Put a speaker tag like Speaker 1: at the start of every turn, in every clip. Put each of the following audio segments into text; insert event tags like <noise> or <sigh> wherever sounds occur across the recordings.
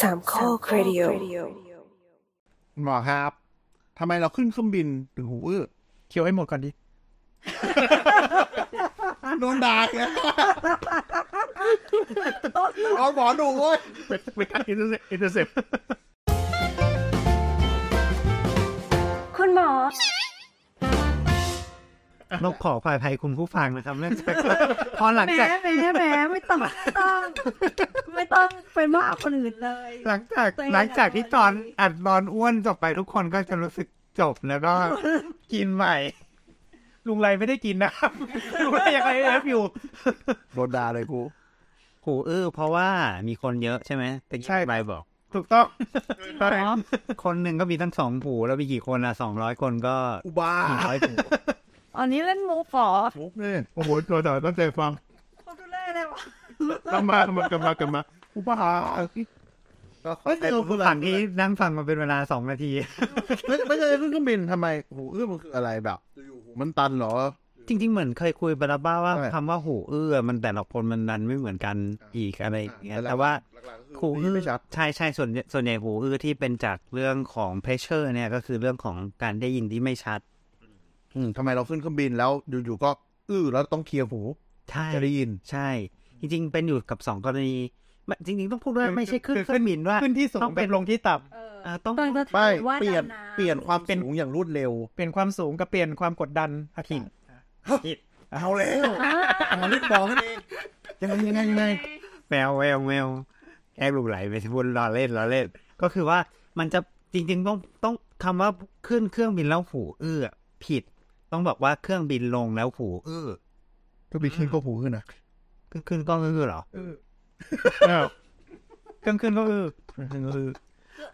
Speaker 1: สามข้อครดิโอ
Speaker 2: หมอครับทำไมเราขึ้นเครื่องบินถึงหูอื้อ
Speaker 3: เคี้ยวให้หมดก่อนดิ
Speaker 2: <laughs> โดนด่าอีกแล้วโดนหมอดูเว้ย
Speaker 3: เป็นเป็นการอินเตอร์เซ็ปอินเตอร์เซ็ป
Speaker 4: คุณหมอ
Speaker 5: นกขอฝ่ายภัยคุณผู้ฟัง <laughs> นะครับเรื่อง Spectre พอหลัง
Speaker 4: แหม
Speaker 5: จาก
Speaker 4: แหมแหมไม่ต้องไม่ต้อง ไม่ต้องไปมากกว่าคนอื่นเลย
Speaker 5: หลังจาก
Speaker 4: ตัวเอง
Speaker 5: หลังจากที่ตอน
Speaker 4: เลย
Speaker 5: อัดตอนอ้วนจบไปทุกคนก็จะรู้สึกจบแล้วก็ <laughs> กินใหม่ ลุงไรไม่ได้กินนะครับ <laughs> ลุงไรยังไงเอฟอยู่
Speaker 2: โดนด่าเลยกู
Speaker 5: หูอื้อเพราะว่ามีคนเยอะใช่ไหมแต่ใช่ใบบอก
Speaker 3: ถูกต้อง
Speaker 5: ตอนนั้นคนหนึ่งก็มีทั้งสองผูแล้วมีกี่คนอ่ะสองร้อยคนก็
Speaker 2: อุบา
Speaker 5: กี่ร้อยผู
Speaker 4: อันนี้เล่นมูฟอ
Speaker 2: มุกเนี่ย
Speaker 3: โอ้โหตัวต่อตั้งใจฟัง
Speaker 4: คนดูเล่เลยวะ
Speaker 3: กลับมากลับมากลับมากลับมา
Speaker 2: อุบา
Speaker 5: ก็ขอให้คุณผู้ฟังที่นั่งฟังมาเป็นเวลาสองนาที
Speaker 2: ไม่ไม่ใช่ขึ้นเครื่องบินทำไมหูอื้อมันคืออะไรแบบหูมันตันเหรอ
Speaker 5: จริง ๆ เหมือนเคยคุยไปแล้วบ้างว่า
Speaker 2: ใช่
Speaker 5: คำว่าหูอื้อมันแต่ละคนมันดันไม่เหมือนกันอีกอะไรอย่างเงี้ย
Speaker 2: แต่ละ
Speaker 5: แต่ว่า
Speaker 2: หู
Speaker 5: หู
Speaker 2: อื้
Speaker 5: อื้
Speaker 2: อ
Speaker 5: อ
Speaker 2: ไม่ชัด
Speaker 5: ใช่ใช่ส่วนส่วนใหญ่หูอื้อที่เป็นจากเรื่องของ pressure เนี่ยก็คือเรื่องของการได้ยินที่ไม่ชัด
Speaker 2: อืมทำไมเราขึ้นเครื่องบินแล้วอยู่ๆก็ อื้อแล้วต้องเคลียร์หู
Speaker 5: ใช่
Speaker 2: จะได้ยิน
Speaker 5: ใช่ จริง ๆ เป็นอยู่กับสองกรณีไม่จริง ๆ ต้องพูดว่าไม่ใช่ขึ้นเครื่องบินว่า
Speaker 3: ขึ้นที่สู
Speaker 5: ต้
Speaker 3: ง
Speaker 5: อง
Speaker 3: เป็
Speaker 5: เป็น น
Speaker 3: ลงที่ต่
Speaker 4: เออ
Speaker 5: เอ่อต้อง
Speaker 4: ตอนจะ
Speaker 2: ไม่
Speaker 4: ว่า
Speaker 2: เปลี่ยน
Speaker 4: ดำำ
Speaker 2: เปลี่ยนความสูงอย่างรวดเร็ว
Speaker 3: ำเปลี่ยนความสูงกับเปลี่ยนความกดดันอาทิตย์ผิด
Speaker 2: เอาแล้วเอาลิบบอกนั่นเองยังไงยังไงยังไง
Speaker 5: แมวแมวแมวแอบหลุไหลไปพูดล้อเล่นล้อเล่น ก็คือว่ามันจะจริง ๆ ต้องต้องคำว่าขึ้นเครื่องบินแล้วหูอื้อผิด ต้องบอกว่าเครื่องบินลงแล้วหูอื้อ
Speaker 2: ก็มีขึ้นก็หูขึ้นนะ
Speaker 5: ขึ้นขึ้นก็อื้อเหรอ
Speaker 3: อ้าวเครื่องขึ้นก็อื้อ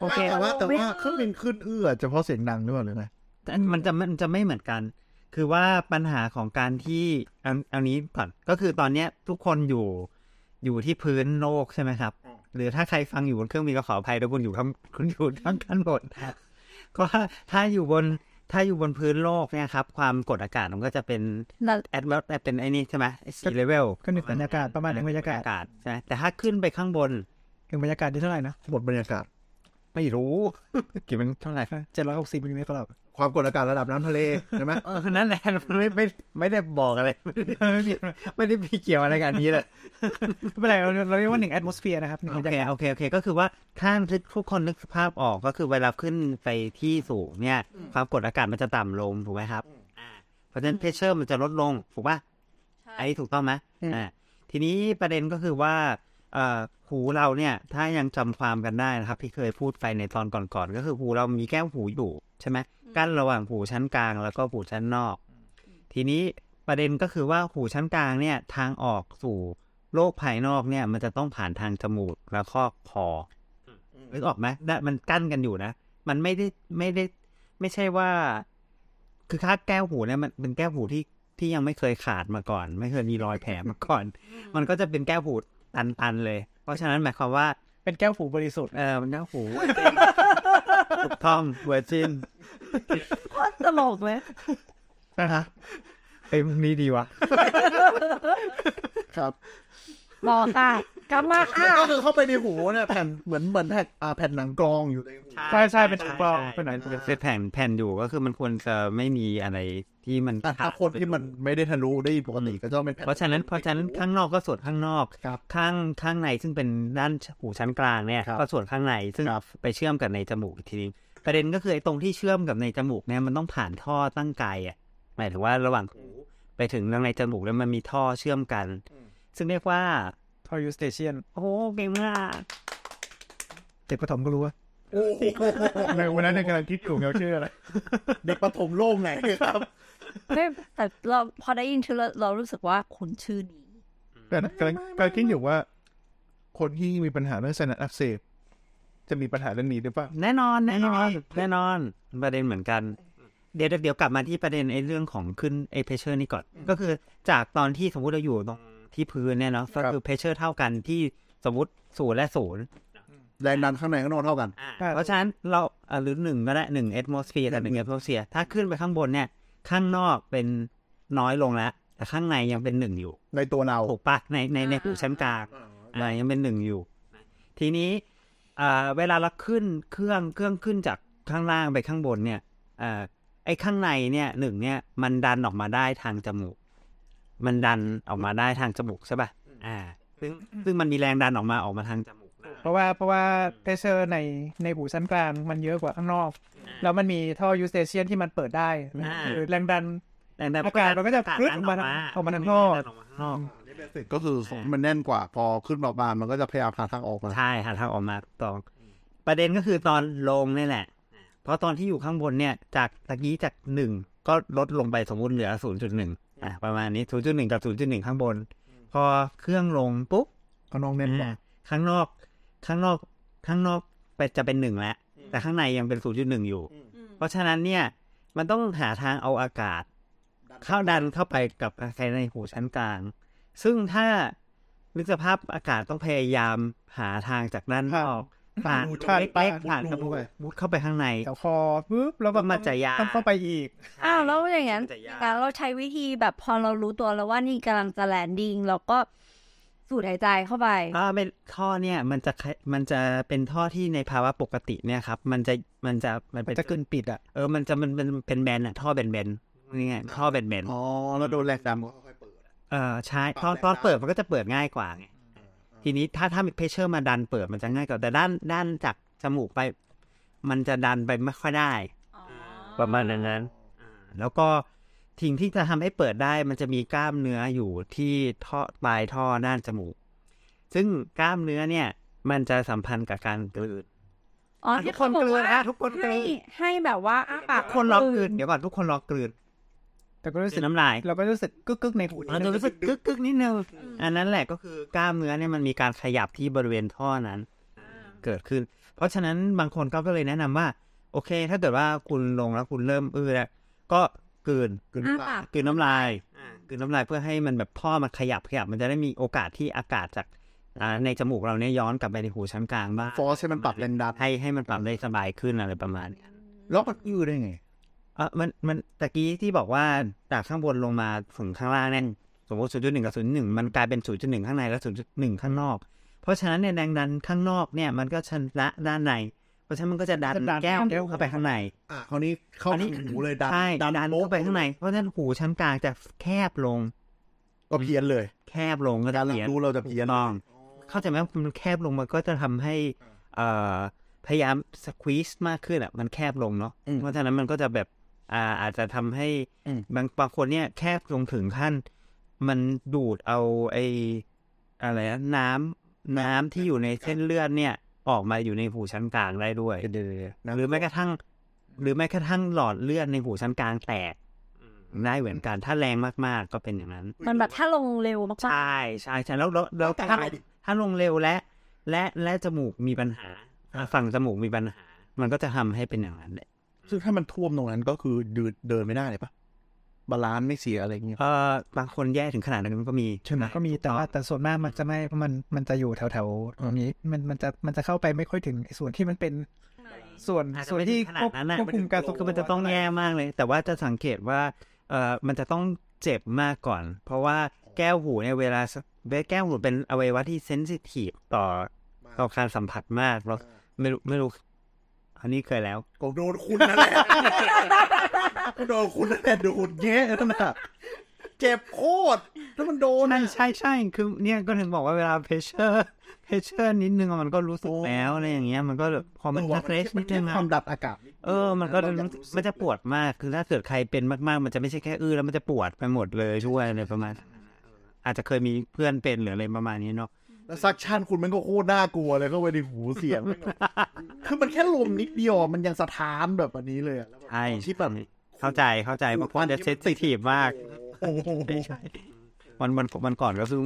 Speaker 5: โอเค
Speaker 2: แต่ว่าแต่ว่าเครื่องบินขึ้นเอื้อเฉพาะเสียงดังด้วยหรือไง
Speaker 5: แต่อันมันจะไม่มันจะไม่เหมือนกัน คือว่าปัญหาของการที่เอาเอานี้ก่อน ก็คือตอนเนี้ยทุกคนอยู่อยู่ที่พื้นโลกใช่ไหมครับ หรือถ้าใครฟังอยู่บนเครื่องบินก็ขออภัยถ้าคุณอยู่ข้ <laughs> างคุณอยู่ทั้งกันหมด <laughs> ก็ว่าถ้าอยู่บนถ้าอยู่บนพื้นโลกเนี่ยครับ ความกดอากาศมันก็จะเป็น
Speaker 4: นั่น
Speaker 5: แอดเวลเป็นไอ้นี่ใช่ไหมสีเลเวล
Speaker 3: ขึ้นในบรรยากาศประมาณหนึ่งบรรยากาศ
Speaker 5: อากาศใช่ไหมแต่ถ้าขึ้นไปข้างบน
Speaker 3: ถึงบรรยากาศที่เท่าไหร่นะ
Speaker 2: บทบรรยากาศ
Speaker 5: ไม่รู้
Speaker 3: <laughs>
Speaker 5: กี่มันเท่าไหร่
Speaker 3: เจ็ดร้อยหกสิบมิลลิเมตรต่อเรา
Speaker 2: ความกดอากาศระดับน้ำทะเลใช่ไหม
Speaker 5: เออนั่นแหละ <laughs> มันไม่ไม่ไม่ได้บอกอะไร <laughs> ไม่ได้ไม่ได้มีเกี่ยวอะไรกับอันนี้ <laughs> เลย
Speaker 3: ไม่เป็นไรเราเราเรียกว่าหนึ่งแอดโมสเฟียร์นะครับหนึ่ง
Speaker 5: โอบ
Speaker 3: รร
Speaker 5: เค
Speaker 3: ยากาศ
Speaker 5: โอเคโอเค ก็คือว่าถ้าทุกคนนึกภาพออกก็คือเวลาขึ้นไปที่สูงเนี่ย ความกดอากาศมันจะต่ำลงถูกไหมครับอ่าเพราะฉะนั้นเพชเชอร์มันจะลดลง ถูกป่ะไอ้ถูกต้องไหมอ่าทีนี้ประเด็นก็คือว่าเอ่อหูเราเนี่ย ถ้ายังจำความกันได้นะครับ ที่เคยพูดไปในตอนก่อนๆก็คือหูเรามีแก้วหูอยู่ใช่ไหมกั้นระหว่างหูชั้นกลางแล้วก็หูชั้นนอก ทีนี้ประเด็นก็คือว่าหูชั้นกลางเนี่ยทางออกสู่ โลกภายนอกเนี่ยมันจะต้องผ่านทางจมูกแล้วก็คอนึกออกไหมได้มันกั้นกันอยู่นะ มันไม่ได้ไม่ได้ ไม่ใช่ว่า คือค่าแก้วหูเนี่ยมันเป็นแก้วหูที่ที่ยังไม่เคยขาดมาก่อน ไม่เคยมีรอยแผลมาก่อน มันก็จะเป็นแก้วหูตันๆเลย เพราะฉะนั้นหมายความว่า
Speaker 3: เป็นแก้วหูบริสุทธิ์
Speaker 5: เออมันแก้วหู ถูกต้องเวอร์จิน
Speaker 4: โคตรตลกเลย
Speaker 3: นะฮะ
Speaker 5: ไอ้ยมึงนี่ดีวะ
Speaker 2: ครับ
Speaker 4: หมอค่ะกลับมาค่ะ
Speaker 2: ก็คือเข้าไปในหูเนี่ยแผ่นเหมือนเหมือนแผ่นอ่าแผ่นหนังกรองอยู่ในหู
Speaker 3: ใช่ใช่เป็นถุงกรองเป็นไหน
Speaker 5: เป็นเป็นแผ่นแผ่นอยู่ก็คือมันควรจะไม่มีอะไรที่มัน
Speaker 2: แต่ถ้าคนที่มันไม่ได้ทะลุได้ปกติก็จะเป็นแผ่น
Speaker 5: เพราะฉะนั้นเพราะฉะนั้นข้างนอกก็ส่วนข้างนอก
Speaker 2: ครับ
Speaker 5: ข้างข้างในซึ่งเป็นด้านหูชั้นกลางเนี่ย
Speaker 2: ครับ
Speaker 5: ก็ส่วนข้างในซึ่ง
Speaker 2: ครับ
Speaker 5: ไปเชื่อมกับในจมูกอีกทีนึงประเด็นก็คือไอ้ตรงที่เชื่อมกับในจมูกเนี่ยมันต้องผ่านท่อตั้งไกลอ่ะหมายถึงว่าระหว่างหูไปถึงข้างในจมูกแล้วมันมีท่อเชื่อมกัน ซึ่งเรียกว่า
Speaker 3: ทอยูสเตชัน
Speaker 5: โอ้โหเก่งมาก
Speaker 3: เด็กประถมก็รู้ว่า
Speaker 2: โอ้โห
Speaker 3: ในวันนั้นเนยกำลังคิดอยู่เงาชื่ออะไร
Speaker 2: เด็กประถมโล่งไหนครับ
Speaker 4: ไม่แต่เราพอได้ยินชื่อเราเรารู้สึกว่าคุ้นชื่อนี้
Speaker 3: แต่นะกำลังกำลังคิดอยู่ว่า คนที่มีปัญหาเรื่องไซนัสอักเสบจะมีปัญหาเรื่องนี้หรือเปล่า
Speaker 5: แน่นอนแน่นอนแน่นอนประเด็นเหมือนกัน เดี๋ยวเดี๋ยวกลับมาที่ประเด็นไอ้เรื่องของขึ้นไอ้เพเชอร์นี่ก่อน ก็คือจากตอนที่สมมุติเราอยู่ตรงที่พื้นเนี่ยเนาะก็คือเพเชอร์เท่ากันที่สมมติศูนย์และศูนย์
Speaker 2: แรงดันข้างในข้างนอกเท่ากัน
Speaker 3: ครับ
Speaker 5: เพราะฉะนั้นเราเอ่อหรือหนึ่งก็ได้หนึ่งเอตโมสเฟียร์แต่หนึ่งเอตโมสเฟียร์ถ้าขึ้นไปข้างบนเนี่ย ข้างนอกเป็นน้อยลงแล้ว แต่ข้างในยังเป็นหนึ่งอยู่
Speaker 2: ในตัวเรา
Speaker 5: ถูกปะในในในหูชั้นกลางอ่ายังเป็นหนึ่งอยู่ ทีนี้ อ่าเวลาเราขึ้นเครื่องเครื่องขึ้นจากข้างล่างไปข้างบนเนี่ยอ่าไอ้ข้างในเนี่ยหนึ่งเนี่ยมันดันออกมาได้ทางจมูก มันดันออกมาได้ทางจมูกใช่ป่ะอ่า ซึ่งซึ่งมันมีแรงดันออกมาออกมาทางจมูกนะ
Speaker 3: เพราะว่าเพราะว่าเพรสเซอร์ในในหูชั้นกลางมันเยอะกว่าข้างนอก แล้วมันมีท่อยูสเตเชียนที่มันเปิดได้หรือแรงดัน
Speaker 5: แรงดัน
Speaker 3: อากาศมันก็จะ
Speaker 5: ด
Speaker 3: ฟึดออกมาออกมาทางนอก
Speaker 5: ดัออกมาข้างนอก
Speaker 6: เสร็จก็คือทรงมันแน่นกว่า พอขึ้นมาบานมันก็จะพยายามหาทางออกมา
Speaker 5: ใช่หาทางออกมาถูกต้อง ประเด็นก็คือตอนลงนี่แหละ เพราะตอนที่อยู่ข้างบนเนี่ย จากตะกี้จากหนึ่งก็ลดลงไปสมมติเหลือศูนย์จุดหนึ่งอ่ะประมาณนี้ศูนย์จุดหนึ่งกับศูนย์จุดหนึ่งข้างบน พอเครื่องลงปุ๊บ
Speaker 2: เอาน้องแน่นกว่า
Speaker 5: อ่ะข้างนอกข้างนอกข้างนอกไปจะเป็นหนึ่งแล้ว แต่ข้างในยังเป็นศูนย์จุดหนึ่งอยู่ เพราะฉะนั้นเนี่ยมันต้องหาทางเอาอากาศ เข้าดันเข้าไปกับภายในหูชั้นกลาง ซึ่งถ้านึกสภาพอากาศต้องพยายามหาทางจากด้านนอกผ่าน
Speaker 2: รู
Speaker 5: เล็ก
Speaker 2: รู
Speaker 5: ๆผ่านกระ
Speaker 2: รู
Speaker 5: บุกมุดเข้าไปข้างใน
Speaker 3: แถวคอปุ๊บแล้วแบบ
Speaker 5: ก็มาจ่ายยา
Speaker 3: ต้องเข้าไปอีก
Speaker 4: อ้าวแล้วอย่างนั้น
Speaker 5: มันจะยาก
Speaker 4: งั้นเราใช้วิธีแบบพอเรารู้ตัวแล้วว่านี่กำลังจะแลนดิ้งเราก็สูดหายใจเข้าไป
Speaker 5: ถ้าเป็นท่อเนี่ยมันจะคล้ายมันจะเป็นท่อที่ในภาวะปกติเนี่ยครับ มันจะมันจะมันเป็น
Speaker 3: จะกึนปิดอ่ะ
Speaker 5: เออมันจะมันเป็นเป็นแบนอะท่อแบนๆนี่ไงท่อแบน
Speaker 6: อ๋อ แล้วโดนแรงดำก็ค่อยๆเปิด
Speaker 5: ๆเออใช่ตอนตอนเปิดมันก็จะเปิดง่ายกว่าไงทีนี้ถ้าถ้ามีเพชเชอร์มาดันเปิดมันจะง่ายกว่าแต่ด้านด้านจากจมูกไป มันจะดันไปไม่ค่อยได้ ประมาณนั้นแล้วก็ทิ้งที่จะทำให้เปิดได้ มันจะมีกล้ามเนื้ออยู่ที่ท่อปลายท่อด้านจมูก ซึ่งกล้ามเนื้อเนี่ย มันจะสัมพันธ์กับการกลืน
Speaker 4: อ๋อ
Speaker 5: อ่ะ
Speaker 4: ที่
Speaker 5: ทุกคน
Speaker 4: เขาบ
Speaker 5: กลืน
Speaker 4: ว่า
Speaker 5: อ่ะทุกคนกลืน
Speaker 4: ให้ให้แบบว่าอ้าปาก
Speaker 5: ทุกคนรอกลืนเดี๋ยวก่อนทุกคนรอกลืน
Speaker 3: แต่
Speaker 5: ก
Speaker 3: ก็
Speaker 5: ลื
Speaker 3: รู้สึก
Speaker 5: นน้ำลาย
Speaker 3: เราก็รู้สึกกึกกึกในหู
Speaker 5: มันจะรู้สึกกึกกึกนิดนึงอันนั้นแหละก็คือกล้ามเนื้อเนี่ยมันมีการขยับที่บริเวณท่อนั้น เกิดขึ้น เพราะฉะนั้นบางคนก็เลยแนะนำว่า โอเค ถ้าเกิดว่าคุณลงแล้วคุณเริ่มอื้อแล้วก็กลืน
Speaker 4: อ้าปาก
Speaker 5: กลืนน้ำลายกลืนน้ำลายเพื่อให้มันแบบท่อมันขยับขยับ มันจะได้มีโอกาสที่อากาศจากอ่าในจมูกเราเนี่ยย้อนกลับไปในหูชั้นกลางบ้าง
Speaker 6: force ให้มันปรับแรงดัน
Speaker 5: ให้ให้มันปรับได้สบายขึ้นอะไรประมาณเนี้ย
Speaker 2: แล้วมันยืดได้ไง
Speaker 5: เออมันมันตะกี้ที่บอกว่าจากข้างบนลงมาถึงข้างล่างนั่นสมมติศูนย์จุดหนึ่งกับศูนย์หนึ่งมันกลายเป็นศูนย์จุดหนึ่งข้างในและศูนย์จุดหนึ่งข้างนอก เพราะฉะนั้นเนี่ยแรงดันข้างนอกเนี่ยมันก็ชนะด้านใน เพราะฉะนั้นมันก็จะดัน
Speaker 3: จะดัน
Speaker 5: แก้วเข้าไปข้างใน
Speaker 6: อ่ะคราวนี้เข้า
Speaker 5: อันนี้
Speaker 6: หูเลยดัน
Speaker 5: ใช่ดันเข้าไปข้างใน เพราะฉะนั้นหูชั้นกลางจะแคบลง
Speaker 6: ก็เพี้ยนเลย
Speaker 5: แคบลงก็จะ
Speaker 6: การหลั
Speaker 5: เพี้ยน
Speaker 6: รู้เราจะเพี้ยน
Speaker 5: ถูกต้องเข้าใจไหมมันแคบลงมันก็จะทำให้เอ่อพยายามสควีสมากขึ้นอ่ะมันแคบลงเนาะ
Speaker 6: อืม
Speaker 5: เพราะฉะนั้นมันก็จะแบบอ่าอาจจะทำให้
Speaker 6: อืม
Speaker 5: บางบางคนเนี่ยแคบลงถึงขั้น มันดูดเอาไออะไรนะน้ำน้ำที่อยู่ในเส้นเลือดเนี่ย ออกมาอยู่ในหูชั้นกลางได้ด้วยหรือแม้กระทั่ง หรือแม้กระทั่งหลอดเลือดในหูชั้นกลางแตกได้เหมือนกันถ้าแรงมากๆก็เป็นอย่างนั้น
Speaker 4: มันแบบถ้าลงเร็วมากๆ
Speaker 5: ใช่ใช่ใช่แล้วแล้วแล้ว
Speaker 6: แต่
Speaker 5: ถ้า
Speaker 6: หายดิ
Speaker 5: ถ้าลงเร็วและ และและจมูกมีปัญหาอ่ะฝั่งจมูกมีปัญหา มันก็จะทำให้เป็นอย่างนั้นแหละ
Speaker 6: ซึ่งถ้ามันท่วมตรงนั้นก็คือเดินเดินไม่ได้เลยปะบาลานซ์ไม่เสียอะไรอย่างเงี้ย
Speaker 5: เออบางคนแย่ถึงขนาดนั้นก็มี
Speaker 3: ใช่ไหมก็มีแต่ว่าแต่ส่วนมากมันจะไม่เพราะมันมันจะอยู่แถวแถวๆตรงนี้มันมันจะมันจะเข้าไปไม่ค่อยถึงไอ้ส่วนที่มันเป็นส่วน
Speaker 5: อาจจะ
Speaker 3: ส่วน
Speaker 5: ไม่ถึ
Speaker 3: ที่
Speaker 5: งขนา
Speaker 3: คว
Speaker 5: ด
Speaker 3: บ
Speaker 5: นั้นนะ
Speaker 3: ควบคุมการทรง
Speaker 5: คือมันจะต้องแย่มากเลย แต่ว่าจะสังเกตว่าเออมันจะต้องเจ็บมากก่อน เพราะว่าแก้วหูเนี่ยเวลาแก้วหูเป็นอวัยวะที่เซนซิทีฟต่อต่อการสัมผัสมากเราไม่รู้ไม่รู้ อันนี้เคยแล้ว
Speaker 6: ก็โดนคุณนั่นแหละ โดนคุณนั่นแหละโดนแย่นั่นน่ะเจ็บโคตรแล้วมันโดน
Speaker 5: ใช่
Speaker 6: อะ
Speaker 5: ใช่ใช่คือเนี่ยก็ถึงบอกว่าเวลาเพเช <laughs> อร์เพเชอร์นิดนึงอะมันก็รู้สึก
Speaker 6: โอ้
Speaker 5: แล้วอะไรอย่างเงี้ยมันก็แบบพอมันทักเรสนิดนึงอะ
Speaker 6: ความดับอากาศ
Speaker 5: เออมันก็จะรู้สึกมันจะปวดมากคือถ้าเกิดใครเป็นมากๆ มันจะไม่ใช่แค่อื้อแล้วมันจะปวดไปหมดเลยช่วยอะไรประมาณนั้นอะเอออาจจะเคยมีเพื่อนเป็นหรืออะไรประมาณนี้เนาะ
Speaker 6: แล้วซักชั่นคุณมันก็โคตรน่ากลัวเลยเข้าไปในหูเสียง
Speaker 5: <laughs>
Speaker 6: แม่งแบบคือมันแค่ลมนิดเดียวอะมันยังสะท้านแบบอันนี้เลยอะแล้วแบบ
Speaker 5: ใช่
Speaker 6: ที่แบบ
Speaker 5: เข้าใจเข้าใจเพราะว่าจะเซนซิทีฟมากใช่ใช่วันวันวันก่อนก็ซึ่ง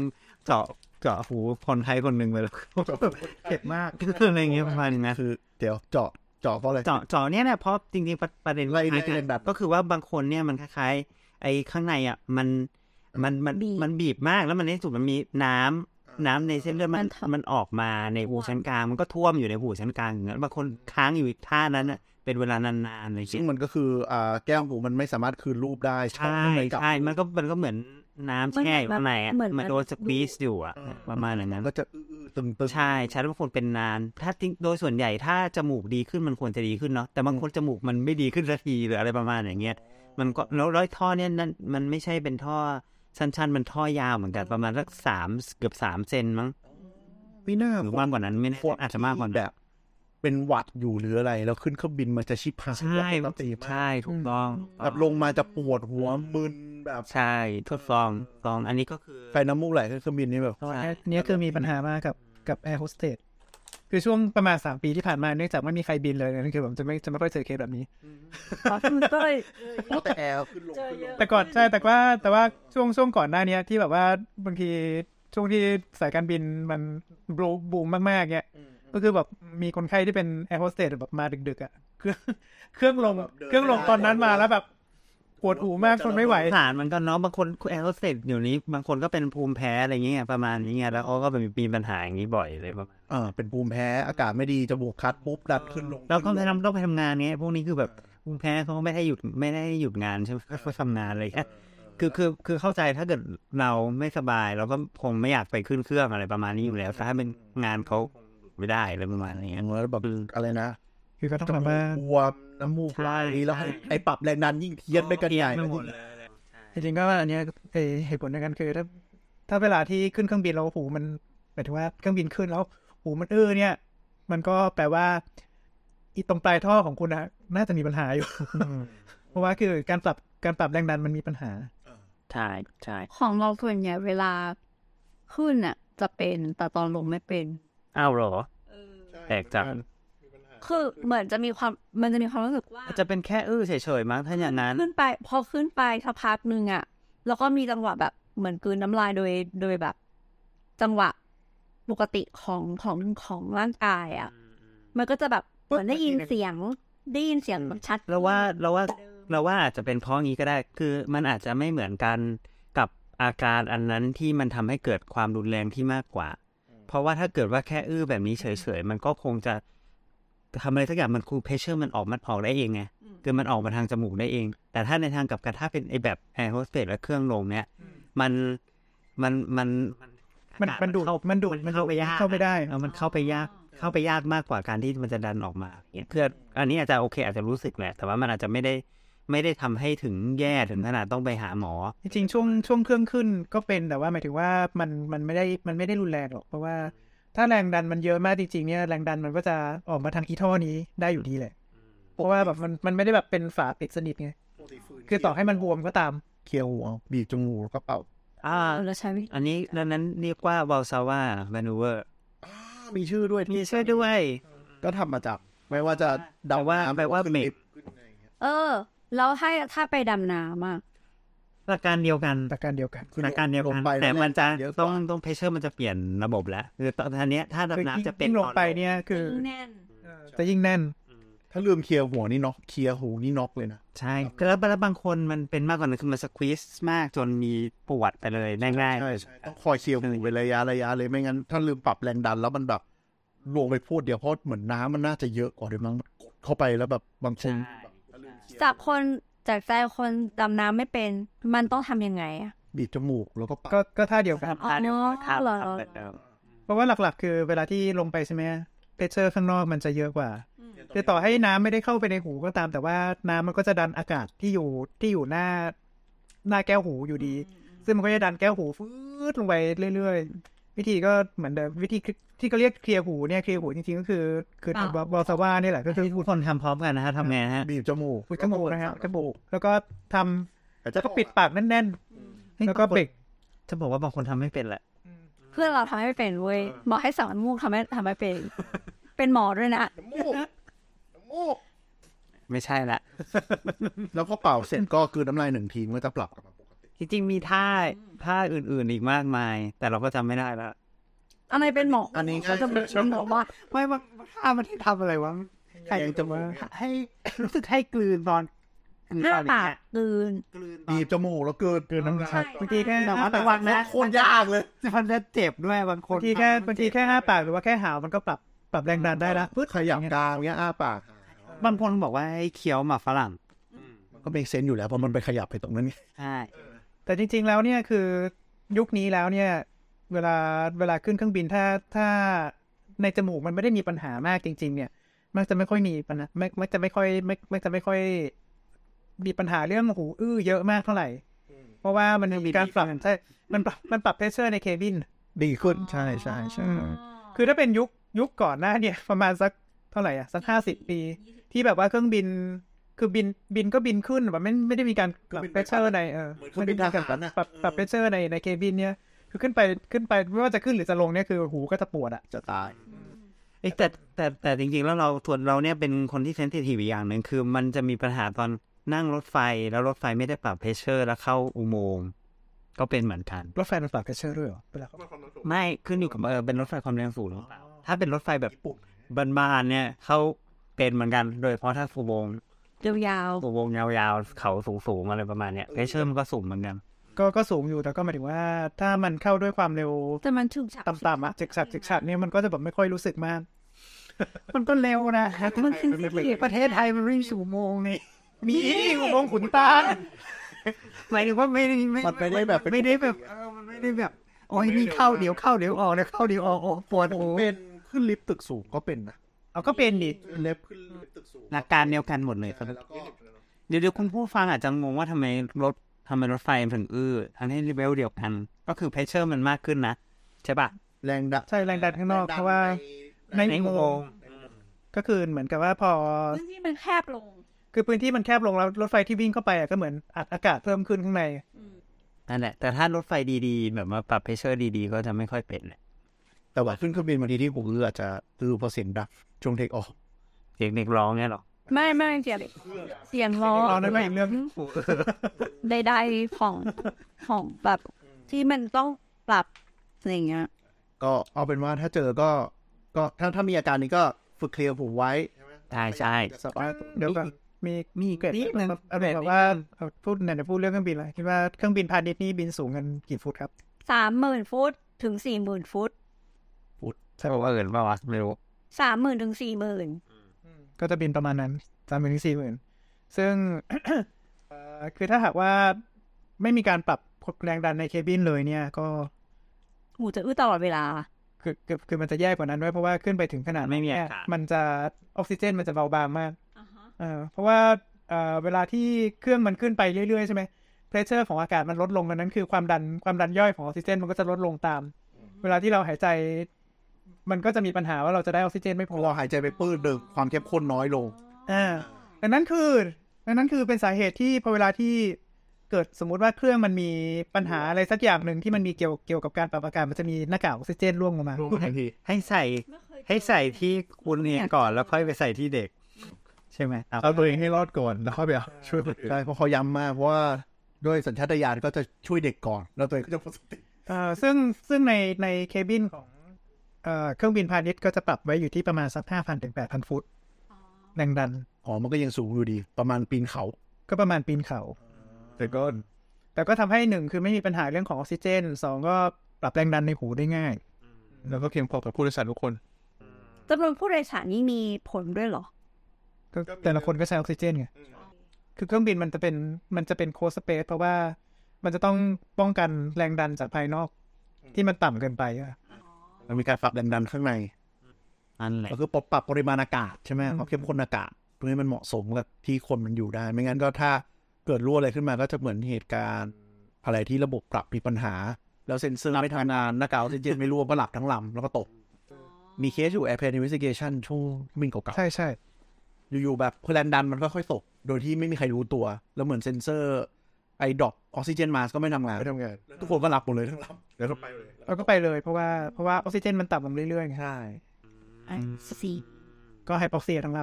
Speaker 5: เจาะเจาะหูคนไทยคนหนึ่งไปแล้ว <laughs>
Speaker 2: เจ็บมาก
Speaker 5: คืออะไรอย่างเงี้ยประมาณนี้นะ
Speaker 6: คือเดี๋ยวเจาะเจาะเพราะอะไร
Speaker 5: เจาะเจาะเนี่ยนะเพราะจริงๆประประเด็น
Speaker 6: ไล่ไล่
Speaker 5: คล้ายๆ
Speaker 6: เรียนแบบ
Speaker 5: ก็คือว่าบางคนเนี่ยมันคล้ายๆไอ้ข้างในอ่ะมันมันมัน
Speaker 4: บีบ
Speaker 5: มันบีบมากแล้วมันในที่สุดมันมีน้ำน้ำในเส้นเลือดมั
Speaker 4: มัน นทำ
Speaker 5: มันออกมาในหูชั้นกลางมันก็ท่วมอยู่ในหูชั้นกลางอย่างเงี้ยบางคนค้างอยู่ท่านั้นน่ะเป็นเวลานานๆเลย
Speaker 6: ซึ่งมันก็คืออ่าแก้วหูมันไม่สามารถคืนรูปได้
Speaker 5: ใช่
Speaker 6: มันกลับ
Speaker 5: ใช่มันก็มันก็เหมือนน้ำแช่อยู่ข้างในอ่ะ
Speaker 4: เหมือนมัน
Speaker 5: มันโดนสปีซอยู่อ่ะประมาณอย่างนั้น
Speaker 6: มันก็จะอื้อ
Speaker 2: ตึงตึง
Speaker 5: ใช่ใช่แล้วบางคนเป็นนาน ถ้าจริงโดยส่วนใหญ่ถ้าจมูกดีขึ้นมันควรจะดีขึ้นเนาะแต่บางคนจมูกมันไม่ดีขึ้นสักทีหรืออะไรประมาณอย่างเงี้ยมันก็แล้วร้อยท่อเนี่ยนั่นมันไม่ใช่เป็นท่อสั้นๆ มันท่อยาวเหมือนกันประมาณสักสามเกือบสามเซนมั้ง
Speaker 2: ไม่น่า
Speaker 5: หรือมากกว่านั้นไม่แน่
Speaker 2: คน
Speaker 5: อาจจะมากกว่า
Speaker 2: แบ
Speaker 5: นั้น
Speaker 2: บ เป็นหวัดอยู่หรืออะไร แล้วขึ้นเครื่องบินมันจะชิบหาย
Speaker 5: ใช่
Speaker 2: ปกติมาก
Speaker 5: ใช่ถูกต้อง
Speaker 2: แบบลงมาจะปวดหัวมึนแบบ
Speaker 5: ใช่ทดลองลองอันนี้ก็คือ
Speaker 2: ไฟน้ำมูกไหลขึ้นเครื่องบินนี่แบบ
Speaker 5: ใช่
Speaker 3: เนี้ยคือมีปัญหามากกับกับแอร์โฮสเตสคือช่วงประมาณสามปีที่ผ่านมาเนื่องจากไม่มีใครบินเลยนั่นคือแบบจะไม่จะไม่ค่อยเจอเคสแบบนี้
Speaker 4: เพราะมันก็เลย
Speaker 6: แต่แอร์ขึ้นลง
Speaker 4: เจอเยอะ
Speaker 3: แต่ก่อนใช่แต่ว่าแต่ว่าช่วงช่วงก่อนหน้าเนี้ยที่แบบว่าบางทีช่วงที่สายการบินมันบูบูมมากๆเนี้ยก็คือแบบมีคนไข้ที่เป็นแอร์โฮสเตสแบบมาดึกๆอ่ะเครื่องเครื่องลงเครื่องลงตอนนั้นมาแล้วแบบปวดหูมากทนไม่ไหว
Speaker 5: สารมันก็เนาะบางคนแอลเสร็จเดี๋ยวนี้ บางคนก็เป็นภูมิแพ้อะไรเงี้ยประมาณนี้ไงแล้วเขาก็เป็นมีปัญหาอย่างนี้บ่อยเลยประมาณ
Speaker 2: อ่าเป็นภูมิแพ้อากาศไม่ดีจมูกคัดปุ๊บดันขึ้นลง
Speaker 5: แล้วก็ไปทำต้องไปทำงานเนี้ยพวกนี้คือแบบภูมิแพ้เขาไม่ได้หยุดไม่ได้หยุดงานใช่ไหมก็ทำงานอะไรเลยคือคือคือเข้าใจถ้าเกิดเราไม่สบายเราก็คงไม่อยากไปขึ้นเครื่องอะไรประมาณนี้อยู่แล้วแต่ถ้าเป็นงานเขาไม่ได้อะไรประมาณนี้
Speaker 2: แล้วแบบอะไรนะ
Speaker 3: คือก็ต้องทำว่า
Speaker 2: บวมน้ำมูกไหลแล้ว
Speaker 5: ใช่
Speaker 2: ไอ้ปรับแรงดันยิ่งเทียนไปกันใหญ่
Speaker 5: ไม่หมดเลย
Speaker 3: จริงๆก็ว่าอันเนี้ยเอ่อเหตุผลในการคือถ้าถ้าเวลาที่ขึ้นเครื่องบินแล้วหูมันหมายถึงว่าเครื่องบินขึ้นแล้วหูมันเอื้อเนี่ย มันก็แปลว่าอีตรงปลายท่อของคุณนะน่าจะมีปัญหาอยู่ เพราะว่าคือการปรับการปรับแรงดันมันมีปัญหา
Speaker 5: ใช่ใช่
Speaker 4: ของเราส่วนใหญ่เวลาขึ้นอ่ะ จะเป็นแต่ตอนลงไม่เป็น
Speaker 5: อ้าวเหรอแปลกจัง
Speaker 4: คือเหมือนจะมีความมันจะมีความรู้สึกว่า
Speaker 5: อาจจะเป็นแค่อื้อเฉยๆมั้งถ้าอย่างนั้น
Speaker 4: ขึ้นไปพอขึ้นไปสักพักหนึ่งอะแล้วก็มีจังหวะแบบเหมือนกลืนน้ำลายโดยโดยแบบ จังหวะปกติของของของร่างกายอะมันก็จะแบบเหมือนได้ยินเสียงได้ยินเสียงแบบชัด
Speaker 5: เราว่าเราว่าเราว่าอาจจะเป็นเพราะงี้ก็ได้ คือมันอาจจะไม่เหมือนกันกับอาการอันนั้นที่มันทำให้เกิดความรุนแรงที่มากกว่า เพราะว่าถ้าเกิดว่าแค่อื้อแบบนี้เฉยๆ มันก็คงจะทำอะไรสักอย่างมันคูเพชเชอร์มันออกมันออกได้เองไงคือมันออกมาทางจมูกได้เอง แต่ถ้าในทางกลับกันถ้าเป็นไอแบบแอร์โฮสเตสและเครื่องลมเนี่ย มันมันมัน
Speaker 3: มันมันดูด
Speaker 5: เข้า
Speaker 3: มันดูด
Speaker 5: มันเข้าไปยาก
Speaker 3: เข้าไปได้
Speaker 5: เออมันเข้าไปยาก เข้าไปยากมากกว่าการที่มันจะดันออกมาเพื่ออันนี้อาจจะโอเค อาจจะรู้สึกแหละ แต่ว่ามันอาจจะไม่ได้ไม่ได้ทำให้ถึงแย่ถึงขนาดต้องไปหาหมอ
Speaker 3: จริงๆช่วงช่วงเครื่องขึ้นก็เป็นแต่ว่าหมายถึงว่ามันมันไม่ได้มันไม่ได้รุนแรงหรอก เพราะว่าถ้าแรงดันมันเยอะมากจริงๆเนี่ยแรงดันมันก็จะออกมาทางอีท่อนี้ได้อยู่ดีแหละ เพราะว่าแบบมันมันไม่ได้แบบเป็นฝาปิดสนิทไงคือต่อให้มันบวมก็ตาม
Speaker 2: เคี้ยวหัวบีบจมูกแล้วก็เป่า
Speaker 5: อ่า
Speaker 4: เราใช้วิธี
Speaker 5: อันนี้ดังนั้นเรียกว่าบาซาว่าแมนูเวอร์
Speaker 2: มีชื่อด้วย
Speaker 5: มีช่วยด้วย
Speaker 2: ก็ทำมาจาก ไม่ว่าจะดำน้ำ
Speaker 5: แปลว่า
Speaker 2: ขึ้น
Speaker 5: เมฆ
Speaker 2: ลิฟต์
Speaker 4: เออ แล้วถ้าถ้าไปดำน้ำอะ
Speaker 5: หลักการเดียวกัน
Speaker 3: แต่การเดียวกัน
Speaker 5: หลักการเดียว
Speaker 2: ล
Speaker 5: กั
Speaker 2: ง
Speaker 5: น
Speaker 2: ไป
Speaker 5: แต่มันจะ
Speaker 2: เย
Speaker 5: ต้องต้องเพชเชอร์มันจะเปลี่ยนระบบแล้วคือตอนเนี้ยถ้าดำน้ำจะเป็น
Speaker 3: ยิ่งลงไปเนี่ยคือ
Speaker 4: แน่น
Speaker 3: จะยิ่งแน่น
Speaker 2: ถ้าลืมเคลียร์หัวนี่น็อกเคลียร์หูนี่น็อกเลยนะ
Speaker 5: ใช่แล้วแล้วบางคนมันเป็นมากกว่านั้นคือมันสควีสมากจนมีปวดไปเลยง่ายๆ
Speaker 2: ใช่ใช่ต้องคอยเคลียร์หูเป็นระยะระยะเลยไม่งั้น ถ้าลืมปรับแรงดันแล้วมันแบบลงไปพูดเดียวเพราะเหมือนน้ำมันน่าจะเยอะกว่าด้วยมั้งมันกดเข้าไปแล้วแบบบางคนแบบ
Speaker 4: จากคนจากใจคนดำน้ำไม่เป็น มันต้องทำยังไงอะ
Speaker 2: บีบจมูกแล้วก็ปรับ
Speaker 3: ก็ก็ท่าเดียวกัน
Speaker 4: อ๋อเนอะเหรอ
Speaker 3: เพราะว่าหลักๆ คือเวลาที่ลงไปใช่ไหมเพชเชอร์ข้างนอกมันจะเยอะกว่าคือต่อให้น้ำไม่ได้เข้าไปในหูก็ตาม แต่ว่าน้ำมันก็จะดันอากาศที่อยู่ที่อยู่หน้า หน้าแก้วหูอยู่ดี ซึ่งมันก็จะดันแก้วหูฟืดลงไปเรื่อยๆ วิธีก็เหมือนเดิมวิธีที่เขาเรียกเคลียร์หูเนี่ยเคลียร์หูจริงๆก็คือคือ
Speaker 4: อ่า
Speaker 3: บอลซาว่านี่แหละก็คือ
Speaker 5: ทุกคนทำพร้อมกันนะฮะทำไงนะฮะ
Speaker 2: บีบจมูก
Speaker 3: อุดจมูกนะฮะจมูกแล้วก็ท
Speaker 2: แต่
Speaker 3: ำแล้วก็ปิดปากแน่นๆ แล้วก็เบรก
Speaker 5: จะบอกว่าบางคนทำไม่เป็นแหละ
Speaker 4: เพื่อนเราทำให้เป็นเว้ยหมอให้สอนมูกทำให้ทำให้เป็น เป็นหมอด้วยนะ
Speaker 2: จมูกจมูก
Speaker 5: ไม่ใช่ละ
Speaker 2: แล้วก็เป่าเสร็จก็คือน้ำลายหนึ่งทีมันก็จะปรับกลับมาปกติ
Speaker 5: จริงๆมีท่าท่าอื่นๆอีกมากมาย แต่เราก็จำไม่ได้แล้ว
Speaker 4: อะไรเป็นหมออั
Speaker 2: อันนี้
Speaker 4: เขาจะบอกหมอว่า
Speaker 5: ไม่ว่าท่ามันที่ทำอะไรวะ
Speaker 3: ใครจะว่า
Speaker 5: ให้ รู้สึกให้กลืนตอน
Speaker 4: ห้าปากกลืน
Speaker 2: บีบจมูกแล้วเกิด
Speaker 3: คือน้ำลายบางทีแค่
Speaker 5: แต่ว่าระวังนะ
Speaker 2: โคตรยากเลย
Speaker 5: มันจะเจ็บด้วยบางคน
Speaker 3: บางทีแค่บางทีแค่ห้าปากหรือว่าแค่หาวมันก็ปรับปรับแรงดันได้ละ
Speaker 2: พืชขยับกลางเงี้ยอ้าปาก
Speaker 5: บางคนบอกว่าให้เคี้ยวหมากฝรั่ง
Speaker 2: มันก็เมกเซนอยู่แล้วเพราะมันไปขยับไปตรงนั้นไง
Speaker 5: ใช่
Speaker 3: แต่จริง ๆ แล้วเนี่ยคือยุคนี้แล้วเนี่ย เวลาเวลาขึ้นเครื่องบินถ้าถ้าในจมูกมันไม่ได้มีปัญหามากจริง ๆ เนี่ย มักจะไม่ค่อยมีปัญหาไม่มักจะไม่ค่อยไม่มักจะไม่ค่อย มีปัญหาเรื่องหูอื้อเยอะมากเท่าไหร่ เพราะว่ามันมีการปรับใช่มันปรับมันปรับเพชเชอร์ในเคบิน
Speaker 2: ดีขึ้นใช่ใช่ใช่
Speaker 3: คือถ้าเป็นยุคยุคก่อนหน้าเนี่ย <laughs> ประมาณสักเท่าไหร่อ่ะ สักห้าสิบปี ที่แบบว่าเครื่องบิน คือบินบินก็บินขึ้นแบบไม่ไม่ได้มีการปรับเพชเชอร์ในเออ
Speaker 6: เหมือนเครื่
Speaker 3: ไม่
Speaker 6: องบิ
Speaker 3: ได้
Speaker 6: น
Speaker 3: มีการป
Speaker 6: ทหา
Speaker 3: รั
Speaker 6: ร
Speaker 3: บ
Speaker 6: น่ะ
Speaker 3: ปรับปรับเพชเชอร์ในในเคบินเนี่ย คือขึ้นไปขึ้นไปไม่ว่าจะขึ้นหรือจะลงเนี่ยคือหูก็จะปวดอ่ะ
Speaker 2: จะตาย
Speaker 5: เอ้ยแต่แต่แต่จริงๆ แล้วเราส่วนเราเนี่ยเป็นคนที่เซนซิทีฟอีกอย่างหนึ่งคือมันจะมีปัญหาตอนนั่งรถไฟแล้วรถไฟไม่ได้ปรับเพชเชอร์ แล้วเข้าอุโมงค์ก็เป็นเหมือนกัน
Speaker 3: รถไฟมันปรับเพชเชอร์ด้วยเหรอเวลาเขา
Speaker 5: ไม่ขึ้นอยู่กับเออเป็นรถไฟความเร็วสูงหรือเปล่าถ้าเป็นรถไฟแบบบานๆเนี่ยเข้าเป็นเหมือนกัน โดยเฉพาะถ้าอุโมงค์
Speaker 4: ยาว
Speaker 5: อุโมงค์ยาวๆเขาสูงๆอะไรประมาณเนี้ยเพชเชอร์มันก็สูงเหมือนกัน
Speaker 3: ก็ก็สูงอยู่แต่ก็หมายถึงว่า ถ้ามันเข้าด้วยความเร็ว
Speaker 4: ๆแต่มันถึงฉาก
Speaker 3: ต่ำๆอ่ะจิกฉัดจิกฉัดเนี่ยมันก็จะแบบไม่ค่อยรู้สึกมาก <laughs>
Speaker 5: มันก็เร็วนะ
Speaker 4: มันเซนซิทีฟ
Speaker 5: ประเทศไทยมันไม่มีอุโมงค์นี่
Speaker 3: มีอุโมงค์ขุนตาล
Speaker 5: หมายถึงว่าไม่ได้ไม่
Speaker 6: มันไม่ได้แบบเป็น
Speaker 5: ไม่ได้แบบเออมันไม่ได้แบบโอ้ยนี่เข้าเดี๋ยวเข้าเดี๋ยวออกเดี๋ยวเข้าเดี๋ยวออกโอ้ปวด
Speaker 6: ผม
Speaker 5: หู
Speaker 6: เป็นขึ้นลิฟต์ตึกสูงก็เป็นนะ
Speaker 3: เอาก็เป็นดิ
Speaker 6: ขึ้นลิฟต์ขึ้นลิฟต์ตึกสูง
Speaker 5: หลักการเดียวกันหมดเลยครับ
Speaker 6: แล้วก็
Speaker 5: เดี๋ยวเดี๋ยวคุณผู้ฟังอาจจะงงว่าทำไมรถทำไมรถไฟมันถึงอื้อทั้งที่เลเวลเดียวกัน ก็คือเพชเชอร์มันมากขึ้นนะ ใช่ปะ
Speaker 2: แรงดัน
Speaker 3: ใช่แรงดันข้างนอกเพราะว่า
Speaker 6: ใน
Speaker 3: ในอุโมงค์ ก็คือเหมือนกับว่าพอ
Speaker 4: พื้นที่มันแคบลง
Speaker 3: คือพื้นที่มันแคบลงแล้วรถไฟที่วิ่งเข้าไปอะก็เหมือนอัดอากาศเพิ่มขึ้นข้างใน
Speaker 5: นั่นแหละแต่ถ้ารถไฟดีๆ แบบมาปรับเพชเชอร์ดีๆ ก็จะไม่ค่อยเป็นเนี่ย
Speaker 2: แต่ว่าขึ้นเครื่องบินบางทีที่หูเรืออาจจะคือเพราะเสียงดังช่วงเทคออฟ
Speaker 5: เสียงเด็กร้องเนี่ยหรอ
Speaker 4: ไม่ไม่เสียงเสียงร้อง
Speaker 3: เอานั่นก็อีกเรื่อง
Speaker 4: ใดๆของของแบบที่มันต้องปรับอะไรอย่างเงี้ย
Speaker 2: ก็เอาเป็นว่าถ้าเจอก็ก็ถ้าถ้ามีอาการนี้ก็ฝึกเคลียร์หูไว้
Speaker 5: ใช่ใช่
Speaker 2: สบาย
Speaker 3: เดี๋ยวก่อนมี
Speaker 5: มี
Speaker 3: เกรดเอาแบบว่าเอาพูดไหนจะพูดเรื่องเครื่องบินเลยคิดว่าเครื่องบินพาณิชย์นี่บินสูงกันกี่ฟุตครับ
Speaker 4: สามหมื่นฟุตถึงสี่หมื่นฟุต
Speaker 5: ใช่ป่าวว่าเอิญป่าวะไม่รู้
Speaker 4: สามหมื่นถึงสี่หมื่น
Speaker 3: ก็จะบินประมาณนั้นสามหมื่นถึงสี่หมื่น <coughs> ซึ่ง เอ่อคือถ้าหากว่าไม่มีการปรับแรงดันในเคบินเลยเนี่ย ก็
Speaker 4: หูจะอื้อตลอดเวลา
Speaker 3: คือคือคือมันจะแย่กว่านั้นด้วยเพราะว่าขึ้นไปถึงขนาด
Speaker 5: ไม่มีอา
Speaker 3: เนี่ย
Speaker 5: การ
Speaker 3: มันจะออกซิเจนมันจะเบาบางมากเออเพราะว่าเอ่อเวลาที่เครื่องมันขึ้นไปเรื่อยๆใช่ไหมเพรสเชอร์ของอากาศมันลดลงดังนั้นคือความดันความดันย่อยของออกซิเจนมันก็จะลดลงตาม เวลาที่เราหายใจ มันก็จะมีปัญหาว่าเราจะได้ออกซิเจนไม่
Speaker 2: พ
Speaker 3: พอ
Speaker 2: อเราหายใจไปปื้ดเดิมความเข้มข้นน้อยลง
Speaker 3: อ่าดังนั้นคือดังนั้นคือเป็นสาเหตุที่พอเวลาที่เกิดสมมุติว่าเครื่องมันมีปัญหาอะไรสักอย่างหนึ่งที่มันมีเกี่ยวเกี่ยวกับการปรับอากาศมันจะมีหน้ากากออกซิเจนร่วงลงมา
Speaker 5: <laughs> ให้ใส่ให้ใส่ที่คุณเนี่ยก่อนแล้วค่อยไปใส่ที่เด็ก ใช่ไหมครับ
Speaker 2: เอาตัวเองให้รอดก่อนแล้วค่อยไปเอาช่วยใช่เพราะเขาย้ำมากเพราะว่าด้วยสัญชาตญาณก็จะช่วยเด็กก่อน แล้วตัวเองก็จะปกติ
Speaker 3: เอ่อซึ่งซึ่งในในเคบินของเอ่อเครื่องบินพาณิชย์ก็จะปรับไว้อยู่ที่ประมาณสักห้าพันถึงแปดพันฟุตแรงดัน
Speaker 2: อ๋อมันก็ยังสูงอยู่ดี ประมาณปีนเขา
Speaker 3: ก็ประมาณปีนเขา
Speaker 2: แต่ก็
Speaker 3: แต่ก็ทำให้หนึ่งคือไม่มีปัญหาเรื่องของออกซิเจนสองก็ปรับแรงดันในหูได้ง่าย
Speaker 2: แล้วก็เพียงพอกับผู้โดยสารทุกคน
Speaker 4: จำนวนผู้โดยสารนี่มีผลด้วยเหรอ
Speaker 3: ก็แต่ละคนก็ใช้ออกซิเจนไงคือเครื่องบินมันจะเป็นมันจะเป็นโคสเปซเพราะว่ามันจะต้องป้องกันแรงดันจากภายนอกที่มันต่ำเกินไปอะ
Speaker 2: มันมีการปรับแรงดันข้างใน
Speaker 5: นั่นแหละ
Speaker 2: ก็คือปรับปรับปริมาณอากาศใช่ไหมความเข้มข้นอากาศเพื่อให้มันเหมาะสมกับที่คนมันอยู่ได้ ไม่งั้นก็ถ้าเกิดรั่วอะไรขึ้นมาก็จะเหมือนเหตุการณ์อะไรที่ระบบปรับมีปัญหา แล้วเซ็นเซอร์ไม่ทำงานหน้ากากออกซิเจนไม่รั่วก็หลับทั้งลำแล้วก็ตก มีเคสอยู่ Airplane Investigation ช่วงเครื่องบินเก่าๆ
Speaker 3: ใช่ใช่
Speaker 2: อยู่ๆแบบแรงดันมันค่อยๆตก โดยที่ไม่มีใครรู้ตัว แล้วเหมือนเซ็นเซอร์ไอดอกออกซิเจนมาก็ไม่ทำงาน
Speaker 6: ไม่ทำงาน
Speaker 2: ทุกคนก็หลับหมดเลยทั้งลำแล้วก็ไปเลย
Speaker 3: เราก็ไปเลยเพราะว่าเพราะว่าออกซิเจนมันต่ำลงเรื่อยๆไง
Speaker 2: ใช่
Speaker 4: สี่
Speaker 3: ก็ไฮปอกเซียทั้งลำ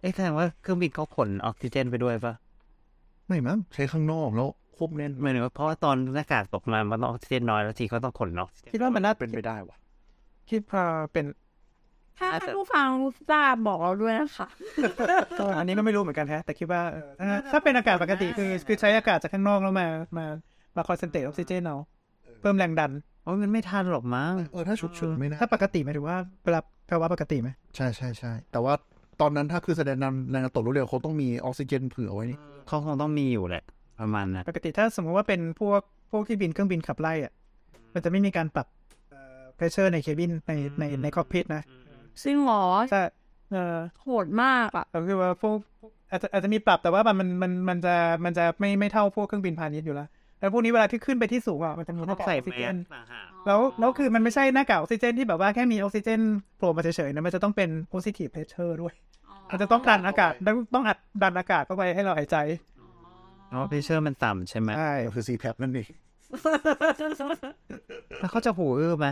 Speaker 5: เอ๊ะแสดงว่าเครื่องบินเขาขนออกซิเจนไปด้วยปะ
Speaker 2: ไม่มั้งใช้ข้างนอกแล้วควบแน่น
Speaker 5: หมายถึงว่าเพราะว่าตอนหน้ากากตกมามันต้องออกซิเจนน้อยแล้วทีเขาต้องขนออกซิเจน
Speaker 3: คิดว่ามันน่า
Speaker 2: เป็นไปได้วะ
Speaker 3: คิดว่าเป็น
Speaker 4: ถ้าท่านผู้ฟังรู้ทราบบอกเราด้วยนะคะ
Speaker 3: ก็อันนี้ก็ไม่รู้เหมือนกันแฮะ แต่คิดว่าเออถ้าถ้าเป็นอากาศปกติคือคือใช้อากาศจากข้างนอกแล้วมามามาคอนเซนเทรตออกซิเจนเอาเพิ่มแรงดัน
Speaker 5: โอ้ยมันไม่ทันหรอกมั้ง
Speaker 2: เออถ้าฉุกเฉินไม่น่า
Speaker 3: ถ้าปกติหมายถึงว่าเวลาภาวะปกติไหม
Speaker 2: ใช่ใช่ใช่แต่ว่าตอนนั้นถ้าคือแสดงนำแรงดันตกรู้เร็วเขาต้องมีออกซิเจนเผื่อไว้นี่
Speaker 5: เขาคงต้องมีอยู่แหละ ประมาณนั้น
Speaker 3: ปกติถ้าสมมติว่าเป็นพวกพวกที่บินเครื่องบินขับไล่อะ มันจะไม่มีการปรับเพรสเชอร์ในเคบินในในในคอกพิทนะ
Speaker 4: ซึ่งหรอ
Speaker 3: ใช่เออ
Speaker 4: โหดมากอ่ะ
Speaker 3: ก็คือว่าพวกอาจจะอาจจะมีปรับแต่ว่ามันมันมันมันจะมันจะไม่ไม่เท่าพวกเครื่องบินพาณิชย์อยู่แล้วแล้วพวกนี้เวลาที่ขึ้นไปที่สูงอ่ะมันจะมีหน้ากากออกซิเจนแล้วแล้วคือมันไม่ใช่หน้ากากออกซิเจนที่แบบว่าแค่มีออกซิเจนโผล่มาเฉยๆนะมันจะต้องเป็น positive pressure ด้วย มันจะต้องดันอากาศต้องต้องอัดดันอากาศเข้าไปให้เราหายใจ
Speaker 5: อ๋อเพเชอร์มันต่ำใช่ไหม
Speaker 3: ใช่
Speaker 2: ก็คือซีแพนั่นเอง
Speaker 5: แล้วเขาจะหูอื้อไหม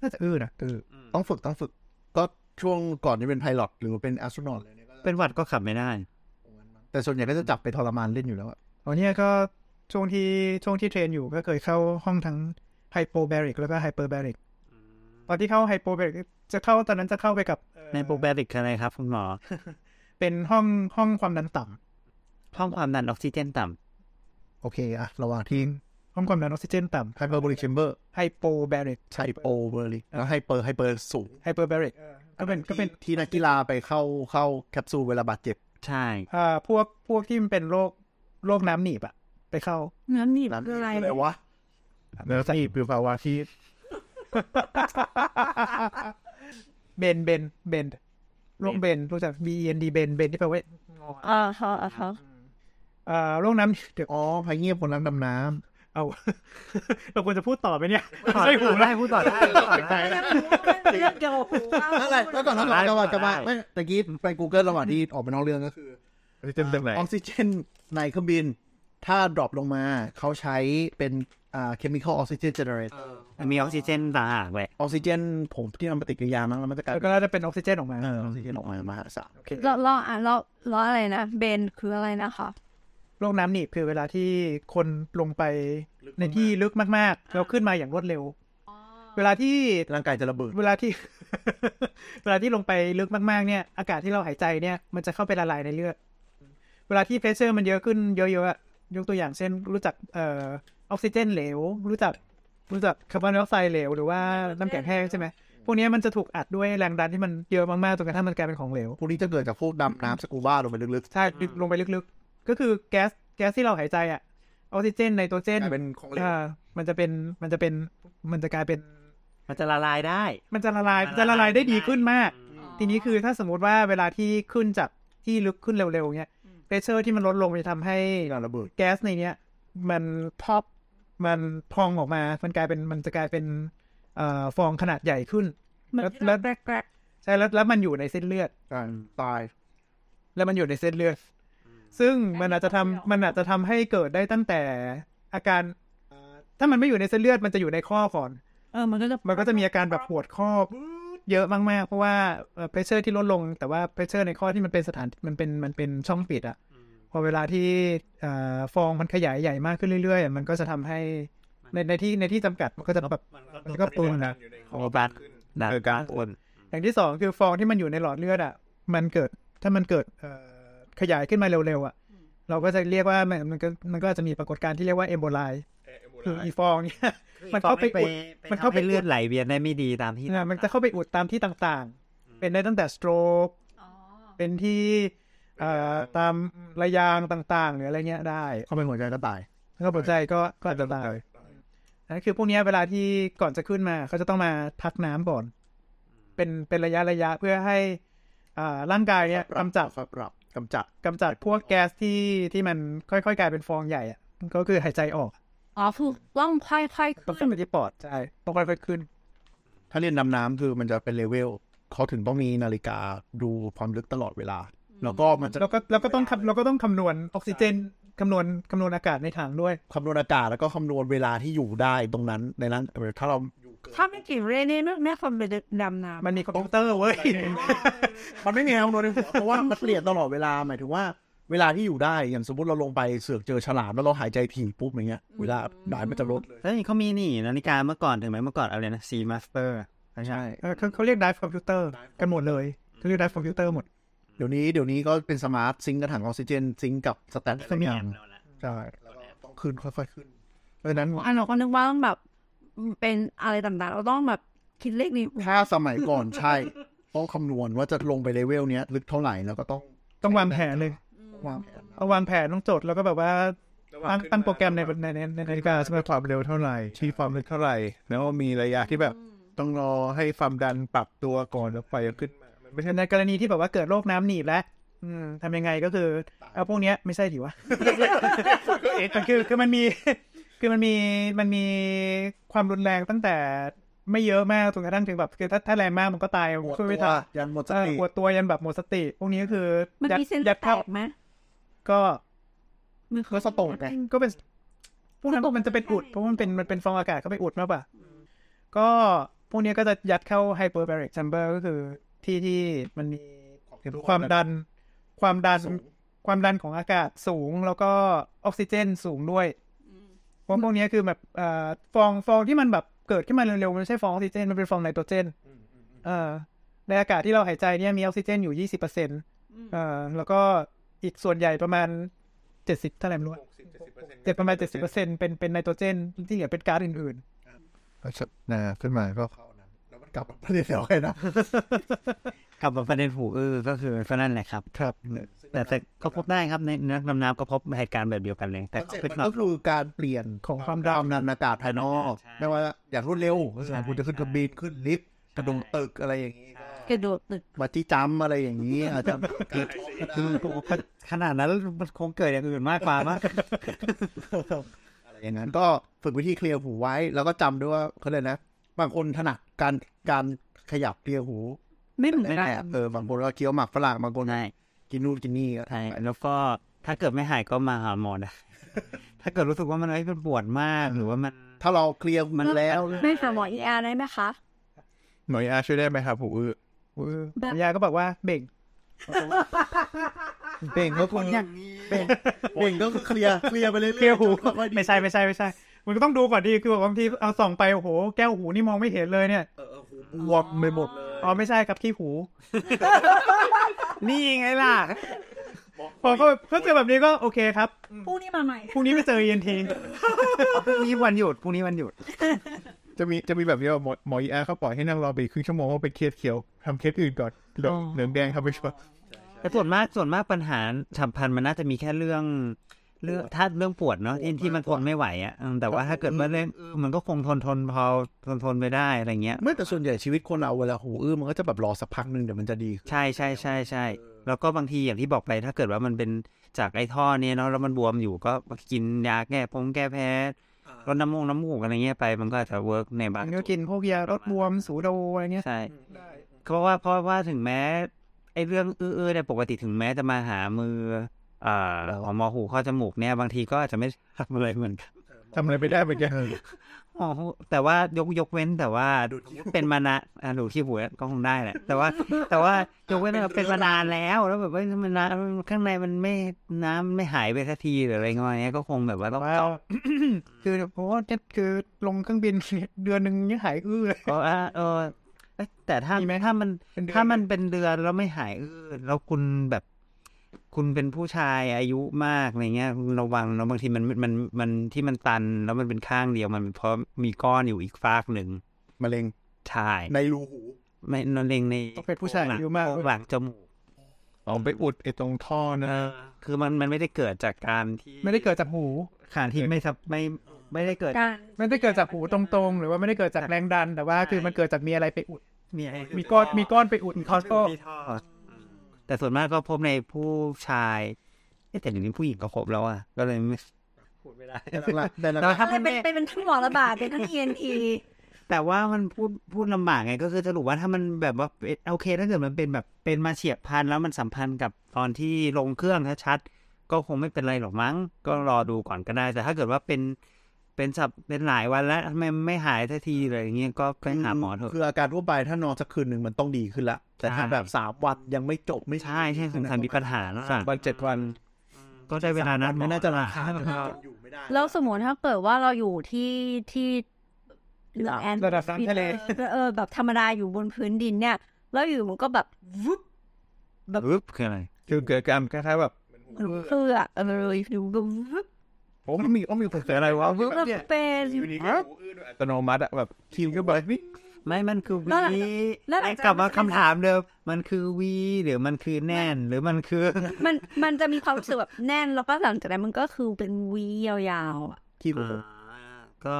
Speaker 3: น่าจะอื้อนะอื้อ
Speaker 2: ต้องฝึกต้องฝึก ก็ช่วงก่อนที่เป็นไพลอตหรือเป็นแอสโตรนอตเลยเนี่ยก็
Speaker 5: เป็นหวัดก็ขับไม่ได้
Speaker 2: แต่ส่วนใหญ่ก็จะจับไปทรมานเล่นอยู่แล้วอะ
Speaker 3: อ๋อเนี่ยก็ช่วงที่ช่วงที่เทรนอยู่ก็เคยเข้าห้องทั้งไฮโปแบริกแล้วก็ไฮเปอร์แบริกตอนที่เข้าไฮโปแบริกจะเข้าตอนนั้นจะเข้าไปกับเอ่อ
Speaker 5: ในโปรแบริกคืออะไรครับคุณหมอ
Speaker 3: เป็นห้องห้องความดันต่ำ
Speaker 5: ห้องความดันออกซิเจนต่ำ
Speaker 2: โอเคอะระหว่างที่
Speaker 3: ห้องความดันออกซิเจนต่
Speaker 2: ไฮเปอร์บริกแชมเบอร์
Speaker 3: ำไฮโปแบริก
Speaker 2: ไฮโปเบอร์ลิกแล้วไฮเปอร์ไฮเปอร์สูง
Speaker 3: ไฮเปอร์แบริกก็เป็นก็เป็น
Speaker 2: ที่นักกีฬาไปเข้าเข้าแคปซูลเวลาบาดเจ็บ
Speaker 5: ใช่
Speaker 3: อ่าพวกพวกที่มันเป็นโรคโรคน้ำหนีบอะไปเข้า
Speaker 4: น้ำหนีบคืออะไร
Speaker 2: อะไรวะ
Speaker 6: เนื้อใส่ปิวภาวะที่
Speaker 3: เบนเบนเบนโรคเบนรู้จัก B E N D เบนเบนที่แปลว่า
Speaker 4: อ่าฮะอ่าฮะ
Speaker 3: อ่าโรคน้ำเดี๋ยว
Speaker 2: อ๋อพายเงียบคนนั้นดำน้
Speaker 3: เอา <laughs> เราควรจะพูดต่อไหมเนี่ยใช่หู
Speaker 5: ได้พูดต่อได้พูดต่อได้
Speaker 4: เรื่องเกี่ยวกับหู
Speaker 2: ำอะไรแล้วก่อนแล้วก่อนจะมาจะมาไม่ตะกี้ไป Google ระหว่างที่ออกไปนอกเรื่องก็คือ
Speaker 6: ออกซิเจนเต็มไหน
Speaker 2: ออกซิเจนในเครื่องบิน ถ้าดรอปลงมาเขาใช้เป็นอ่าเคมีคอลออกซิเจนเจเนเรต
Speaker 5: มันมีออกซิเจนต่างหากเว้ย
Speaker 2: ออกซิเจนผมที่มันปฏิกิริยามั้งแล้วมันจะกลายเป็น
Speaker 3: แล้วก็น่าจะเป็นออกซิเจนออกมา
Speaker 2: เออออกซิเจนออกมามหาศาล
Speaker 3: โอเค
Speaker 4: เราเราอ่ะเราเราอะไรนะเบนคืออะไรนะคะ
Speaker 3: โรคน้ำหนีบคือเวลาที่คนลงไปในที่ลึกมากๆแล้วขึ้นมาอย่างรวดเร็ว เวลาที่
Speaker 2: ร่างกายจะระเบิด
Speaker 3: เวลาที่ <laughs> เวลาที่ลงไปลึกมากๆเนี่ย อากาศที่เราหายใจเนี่ยมันจะเข้าไปละลายในเลือด เวลาที่เพรสเชอร์มันเยอะขึ้นเยอะๆอะยกตัวอย่างเช่น รู้จักเอ่อออกซิเจนเหลว รู้จักรู้จักคาร์บอนไดออกไซด์เหลวหรือว่าน้ำแข็งแห้งใช่ไหมพวกเนี้ยมันจะถูกอัดด้วยแรงดันที่มันเยอะมากๆจนกระทั่งมันกลายเป็นของเหลว
Speaker 2: พวกนี้จะเกิดจากพวกดำน้ำสกูบ้าลงไปลึก
Speaker 3: ใช่ลงไปลึกๆ ก็คือแก๊สแก๊สที่เราหายใจอะออกซิเจนไนโตรเจ
Speaker 2: ๆก
Speaker 3: น
Speaker 2: ลายเป็นของเหลว
Speaker 3: อ่ามันจะเป็นมันจะเป็นมันจะกลายเป็น
Speaker 5: มันจะละลายได้
Speaker 3: มันจะละลาย
Speaker 5: มัน
Speaker 3: มัน
Speaker 5: ละลาย
Speaker 3: จะละลายได้
Speaker 5: ได้
Speaker 3: ดีขึ้นมาก ทีนี้คือถ้าสมมติว่าเวลาที่ขึ้นจากที่ลึกขึ้นเร็วๆเนี้ยเพรสเชอร์ที่มันลดลงมันจะทำให้
Speaker 2: ที่การระเบิด
Speaker 3: แก๊สในเนี้ย มันพอปมันพองออกมา มันกลายเป็นมันจะกลายเป็นเอ่อฟองขนาดใหญ่ขึ้น
Speaker 4: มัน
Speaker 3: แล้ว
Speaker 4: ที่
Speaker 3: แล้
Speaker 4: เรา
Speaker 3: ว
Speaker 4: แกรกแกรก
Speaker 3: ใช่แล้วแล้วมันอยู่ในเส้นเลือด
Speaker 2: การตาย
Speaker 3: แล้วมันอยู่ในเส้นเลือด ซึ่งมันอาจจะทำมันอาจจะทำให้เกิดได้ตั้งแต่อาการเอ่อถ้ามันไม่อยู่ในเส้นเลือดมันจะอยู่ในข้อก่อน
Speaker 4: เออมันก็จะ
Speaker 3: มันก็จะมีอาการแบบปวดข้อเยอะมากๆ เพราะว่าเพรสเชอร์ที่ลดลง แต่ว่าเพรสเชอร์ในข้อที่มันเป็นสถานมันเป็นมันเป็นช่องปิดอะพอเวลาที่เอ่อฟองมันขยายใหญ่มากขึ้นเรื่อยๆอะมันก็จะทำให้ในในที่ในที่จำกัดมันก็จะแบบมันก็ปูนนะ
Speaker 5: โอ้บัตดันการปน
Speaker 3: อย่างที่สองคือฟองที่มันอยู่ในหลอดเลือดอะมันเกิดถ้ามันเกิดเอ่อขยายขึ้นมาเร็วๆอะเราก็จะเรียกว่ามันมันก็มันก็อาจจะมีปรากฏการณ์ที่เรียกว่าเอมโบไลคืออีฟองเนี่ย <laughs> มันเข้าไปอุดมั
Speaker 5: มัน
Speaker 3: น
Speaker 5: เข้า
Speaker 3: เข้า
Speaker 5: ไป
Speaker 3: ไป
Speaker 5: เลือดไหลเวียนได้ไม่ดีตามที่
Speaker 3: นะมันจะเข้าไปอุดตามที่ต่างๆ เป็นได้ตั้งแต่สโตรกเป็นที่เอ่อตามระยางต่างๆ หรืออะไรเงี้ยได้
Speaker 2: เข้าไปหัวใจก็ตาย
Speaker 3: แล้วก็ปวดใจก็ก็อาจจะตายนั่นคือพวกเนี้ยเวลาที่ก่อนจะขึ้นมาเขาจะต้องมาพักน้ำก่อน เป็นเป็นระยะระยะเพื่อให้อ่าร่างกายเนี่ยกำจัด
Speaker 2: ครับรับกำจัด
Speaker 3: กำจัดพวกแก๊สที่ที่มันค่อยๆ กลายเป็นฟองใหญ่อะก็คือหายใจออก
Speaker 4: อ๋อคือต้องค่อยค่อยๆ
Speaker 3: ต้อง
Speaker 4: ขึ้
Speaker 3: ขึ้
Speaker 4: น
Speaker 3: นไปที่ปอดใช่ต้องค่อยๆขึ้น
Speaker 2: ถ้าเรียนดำน้ำคือมันจะเป็นเลเวลเขาถึงต้องมีนาฬิกาดูความลึกตลอดเวลา แล้วก็มันจะ
Speaker 3: เราก็เราก็ต้องคำเราก็ต้องคำนวณออกซิเจนคำนวณคำนวณอากาศในถังด้วย
Speaker 2: คำนวณอากาศแล้วก็คำนวณเวลาที่อยู่ได้ตรงนั้นในนั้นถ้าเรา
Speaker 4: ถ้าไม่กี่เรนี่ไม่ไม่ควรไปดำน้ำ
Speaker 3: มันมีคอมพิวเตอร์เว้ย <laughs>
Speaker 2: มันไม่มีคำนวณในหัวเพราะว่ามันเปลี่ยนตลอดเวลาหมายถึงว่าเวลาที่อยู่ได้อย่างสมมติเราลงไปเสือกเจอฉลามแล้วเราหายใจถี่ปุ๊บอย่างเงี้ยเวลาหายมันจะลดเลย
Speaker 5: แล้วนี่เขามีนี่นาฬิกาเมื่อก่อนถึงไหมเมื่อก่อนอะไรนะซีมาสเตอร์ใช่
Speaker 3: เออเขาเขาเรียก dive computer กันหมดเลยเขาเรียก dive computer หมด
Speaker 2: เดี๋ยวนี้เดี๋ยวนี้ก็เป็นสมาร์ทซิงกระถังออกซิเจนซิงกับสแตนทุกอย่างใช่แล้วก็ต้องขึ้นค่อยๆขึ้นเพราะฉะนั้น
Speaker 4: อันเราก็นึกว่าต้องแบบเป็นอะไรต่างๆ เราต้องแบบคิดเลขนี้
Speaker 2: ถ้าสมัยก่อนใช่ ต้องคำนวณว่าจะลงไปเลเวลเนี้ยลึกเท่าไหร่แล้วก็ต้อง
Speaker 3: ต้องวางแผนเลย
Speaker 2: วางแผน
Speaker 3: เอาวางแผนต้องจดแล้วก็แบบว่า ตั้งตั้งโปรแกรมในในในในนาฬิกาใช่ไหม
Speaker 2: ใช้ความเร็วเท่าไหร่ชี้ความเร็วเท่าไหร่ แล้วก็มีระยะที่แบบต้องรอให้ความดันปรับตัวก่อนแล้วไฟขึ้นมามันไม่ใช่
Speaker 3: ในกรณีที่แบบว่าเกิดโรคน้ำหนีบแล้วอืมทำยังไงก็คือ เอาพวกเนี้ยไม่ใช่ถิ
Speaker 6: <laughs>
Speaker 3: วะ เอ๊ะแต่คือคือมันมี คือมันมีมันมีความรุนแรงตั้งแต่ไม่เยอะมากจนกระทั่งถึงแบบคือถ้าถ้าแรงมากมันก็ตาย
Speaker 6: ปวด
Speaker 3: ช่ว
Speaker 6: ตั
Speaker 3: ยไม่
Speaker 6: ว
Speaker 3: ทัน
Speaker 6: ยันหมดส
Speaker 3: เออ
Speaker 6: ติ
Speaker 3: ปวดตัวยันแบบหมดสติ พวกนี้ก็คือ
Speaker 4: มัน
Speaker 3: ยัด
Speaker 4: มีเส้น
Speaker 3: ยัด
Speaker 4: แต
Speaker 3: เข้าก
Speaker 4: ไหม
Speaker 3: ก็
Speaker 4: มือ
Speaker 6: ก็สโตรกไง
Speaker 3: ก็เป็นพวกนั้น
Speaker 4: สโตรก
Speaker 3: มันจะเป็นอุด
Speaker 4: ใช่
Speaker 3: เพราะมันเป็นมันเป็นฟองอากาศเข้าไปอุดมากกว่าก็พวกเนี้ยก็จะยัดเข้า hyperbaric chamber ก็คือที่ที่มันมี ความดันความดันความดันของอากาศสูงแล้วก็ออกซิเจนสูงด้วยเพราะพวกเนี้ยคือแบบเอ่อฟองฟองที่มันแบบเกิดขึ้นมาเร็วๆมันไม่ใช่ฟองออกซิเจนมันเป็นฟองไนโตรเจนเอ่อในอากาศที่เราหายใจเนี่ยมีออกซิเจนอยู่ยี่สิบเปอร์เซ็นต์เอ่อแล้วก็อีกส่วนใหญ่ประมาณเจ็ดสิบเท่าไหร่ไม่รู้เจ็ดประมาณเจ็ดสิบเปอร์เซ็นต์เป็นเป็นไนโตรเจนที่เหลือเป็นก๊าซอื่น
Speaker 2: นะขึ้นมาก็
Speaker 6: กลับมาประเดี๋ยวให้นะ
Speaker 5: กลับมาประเด็นหูอื้อก็คือก็นั่นแหละครับ
Speaker 2: ครับ
Speaker 5: แต่แต่ก็พบได้ครับในนักดำน้ำก็พบเหตุการณ์แบบเดียวกันเลย แต่เขาเป็น
Speaker 2: ก็คือการเปลี่ยนของความดันอากาศภายนอกไม่ว่าอยากรวดเร็วก็คือคุณจะขึ้นเครื่องบินขึ้นลิฟต์กระโดดตึกอะไรอย่างนี้
Speaker 4: กระโดดตึก
Speaker 2: มาที่จ้ำอะไรอย่างนี้อาจ <laughs> จะเกิด
Speaker 5: ขนาดนั้นมันคงเกิดอย่างอื่นมากกว่ามาก
Speaker 2: <laughs> อะไรอย่างนั้น ก็ฝึกวิธีเคลียร์หูไว้ แล้วก็จำด้วยว่าเขาเลยกนะ บางคนถนัดการการขยับเคลียร์หู
Speaker 4: ไม่เหมือน
Speaker 2: ไม่
Speaker 4: กั
Speaker 2: ได้
Speaker 4: น
Speaker 2: อะเออบางคนก็เคี้ยวหมากฝรั่งบางคน
Speaker 5: ใช่
Speaker 2: กินนู่นกินนี่ก็
Speaker 5: ใช่แล้วก็ถ้าเกิดไม่หายก็มาหาหมอนะ <laughs> ถ้าเกิดรู้สึกว่ามันเอ้ยมันปวดมากหรือว่ามัน
Speaker 2: ถ้าเราเคลียร์มันแล้ว
Speaker 4: ไม่หาหมอเออาร์ได้ไหมคะ
Speaker 2: หน่วยอาช่วยได้ไหมครับหูอื้อ
Speaker 3: ๆอุ๊ย
Speaker 4: แบบ
Speaker 3: ผมยาก็บอกว่าเบ่ง
Speaker 2: เบ่งก็คุณอย่างนี้เบ่งเบ่งก็คือเคลียร์เคลียร์ไปเรื่อยๆ
Speaker 3: เที่ยวหู
Speaker 2: จนค่อยๆดี
Speaker 3: ไม่ใช่ไม่ใช่ไม่ใช่ มันก็ต้องดูก่อนดีคือแบบบางทีเอาส่องไปโอ้โหแก้วหูนี่มองไม่เห็นเลยเนี่ย
Speaker 2: บวมไปหมดเลย
Speaker 3: อ๋อไม่ใช่ครับขี้หู
Speaker 5: นี่ไงล่ะ
Speaker 3: พอเขาแบบเขาเจอแบบนี้ก็โอเคครับ
Speaker 4: พรุ่งนี้มาใหม่
Speaker 3: พรุ่งนี้ไปเจอเย็นที
Speaker 5: พรุ่งนี้วันหยุดพรุ่งนี้วันหยุด
Speaker 7: จะมีจะมีแบบนี้ว่าหมอหมออีแอร์เขาปล่อยให้นั่งรอไปอีกครึ่งชั่วโมงว่าไปเครียดเขียวทำเคสอื่นก่อนเหลือง
Speaker 5: อ๋อ
Speaker 7: เหลืองแดงครับไปชัวร์
Speaker 5: แต่ส่วนมากส่วนมากปัญหาฉับพลันมันน่าจะมีแค่เรื่อง เรื่องถ้าเรื่องปวดเนาะที่ที่มันทนไม่ไหวอ่ะอืมแต่ว่าถ้าเกิดว่าเรื่องเออมันก็คงทนทนพอทนทนไปได้อะไรเงี้ย
Speaker 2: ไม่แต่ส่วนใหญ่ชีวิตคนเราเวลาหูอื้อมันก็จะแบบรอสักพักหนึ่งเดี๋ยวมันจะดีขึ้น
Speaker 5: ใช่ใช่ใช่ใช่แล้วก็บางทีอย่างที่บอกไปถ้าเกิดว่ามันเป็นจากไอ้ท่อเนี่ยเนาะแล้วมันบวมอยู่ก็กินยาแก้พงแก้แพ้ลดน้ำมูกน้ำมูกอะไรเงี้ยไปมันก็อาจจะเวิร์กในบาง
Speaker 3: ก็กินพวกยาลดบวมสูโดอะไรเงี้ย
Speaker 5: ใช่เพราะว่าเพราะว่าถึงแม้ไอ้เรื่องอื้อๆเนี่ยปกติถึงแม้จะมาหามือเอ่อหมอหูข้อจมูกเนี่ยบางทีก็อาจจะไม่ทำอะไรเหมือนกัน
Speaker 7: ทำอะไรไปได้ไปแก <laughs>
Speaker 5: หมอหูแต่ว่ายกยกเว้นแต่ว่าเป็นมานะอ่ะดูที่หูก็คงได้แหละแต่ว่าแต่ว่ายกเว้นว่าเป็นมานานแล้วแล้วแบบว่ามันนานข้างในมันไม่น้ำไม่หายไปสักทีหรืออะไรเงี้ยก็คงแบบว่าต้อง
Speaker 3: ว้าว คือเพราะว่าเนี่ยคือลงเครื่องบินเดือนหนึ่งยังห <laughs> ายอื้อเลย
Speaker 5: เอออ่ะเออเอ๊ะแต่ถ้า
Speaker 3: มีไหม
Speaker 5: ถ้ามัน
Speaker 3: เป็นเดือน
Speaker 5: ถ้ามันเป็นเดือนแล้วไม่หายเออแล้วคุณแบบ คุณเป็นผู้ชายอายุมากอะไรเงี้ยคุณระวังแล้วบางทีมันมันมันที่มันตัน แล้วมันเป็นข้างเดียวมันเป็นเพราะมีก้อนอยู่อีกฟากหนึ่ง
Speaker 2: มะเร็ง
Speaker 5: ใช่
Speaker 2: ในรูหู
Speaker 5: ไม่นอนเลงใน
Speaker 3: ต้องเป็นผู้ชายอายุมาก
Speaker 5: หลังจมูก
Speaker 7: เอาไปอุดไอ้ตรงท่อนะ
Speaker 5: เออ คือมันมันไม่ได้เกิดจากการที่
Speaker 3: ไม่ได้เกิดจากหู
Speaker 5: ขาดที่ไม่สับไม่ไม่ได้เกิด
Speaker 4: การ
Speaker 3: ไม่ได้เกิดจากหูตรงๆ หรือว่าไม่ได้เกิดจากแรงดัน แต่ว่าคือมันเกิดจากมีอะไรไปอุด
Speaker 5: มีไอ้
Speaker 3: มีก้อนมีก้อนไปอุดคอสโต
Speaker 5: มีท่อแต่ส่วนมากก็พบในผู้ชายเอ๊ะแต่เดี๋ยวนี้ผู้หญิงก็ครบแล้วอ่ะ ก็เลยไม่พูดไม่ได้
Speaker 2: แต่ละ
Speaker 5: แต่ว่าถ้า
Speaker 4: อะไร
Speaker 5: มัน
Speaker 4: เป็
Speaker 5: ไม่
Speaker 4: นเป็นเป็นทั้งหมอระบาดเป็น <laughs> ทั้งเอ็นอี
Speaker 5: แต่ว่ามันพูดพูดลำบากไง ก็คือสรุปว่าถ้ามันแบบว่าเป็นโอเคถ้าเกิดมันเป็นแบบเป็นมาเฉียบพลันแล้วมันสัมพันธ์กับตอนที่ลงเครื่องชัดๆก็คงไม่เป็นไรหรอกมั้ง ก็รอดูก่อนก็ได้ แต่ถ้าเกิดว่าเป็นเป็นสับเป็นหลายวันแล้วทำไมไม่หายทันทีอะไรอย่างเงี้ยก็ไปหาหมอเถอะ
Speaker 2: คืออาการทั่วไปถ้านอนสักคืนหนึ่งมันต้องดีขึ้นละแต่ถ้า
Speaker 5: ใช่
Speaker 2: แบบสามวันยังไม่จบไม่
Speaker 5: ใช่ใช่สงสัยมีปัญหาแล้วล่ะ
Speaker 2: วันเจ็ดวัน
Speaker 5: ก็ได้เวลานั้นหมอ
Speaker 2: ไม่น่าจะราคาอยู่ไม่ได้
Speaker 4: แล้วสมมติถ้าเกิดว่าเราอยู่ที่ที่แอน
Speaker 3: ระดับน้ำทะเล
Speaker 4: เออแบบธรรมดาอยู่บนพื้นดินเนี่ย แล้วอยู่มันก็แบบวุบ
Speaker 5: แบบอึ๊บคืออะไร
Speaker 7: คือเกิดการคล้ายๆแบบ
Speaker 4: เหมือนเครืออะเออเลยอยู่ก็วุบ
Speaker 7: ผมมีก็มีคนเสียอะไรวะ
Speaker 4: แล้วเป็น
Speaker 7: อัตโนมัติอะแบบคิวก็แบบนี่
Speaker 5: ไม่มันคือ
Speaker 4: แล้ว
Speaker 5: วี
Speaker 4: แล้วหลังจาก
Speaker 5: กลับมาคำถามเดิมมันคือวีหรือมันคือแน่น หรือมันคือ
Speaker 4: มันมันจะมีความรู้สึกแบบแน่นแล้วก็หลังจากนั้นมันก็คือเป็นวียาวๆอะ
Speaker 8: ที่
Speaker 5: อ่าก็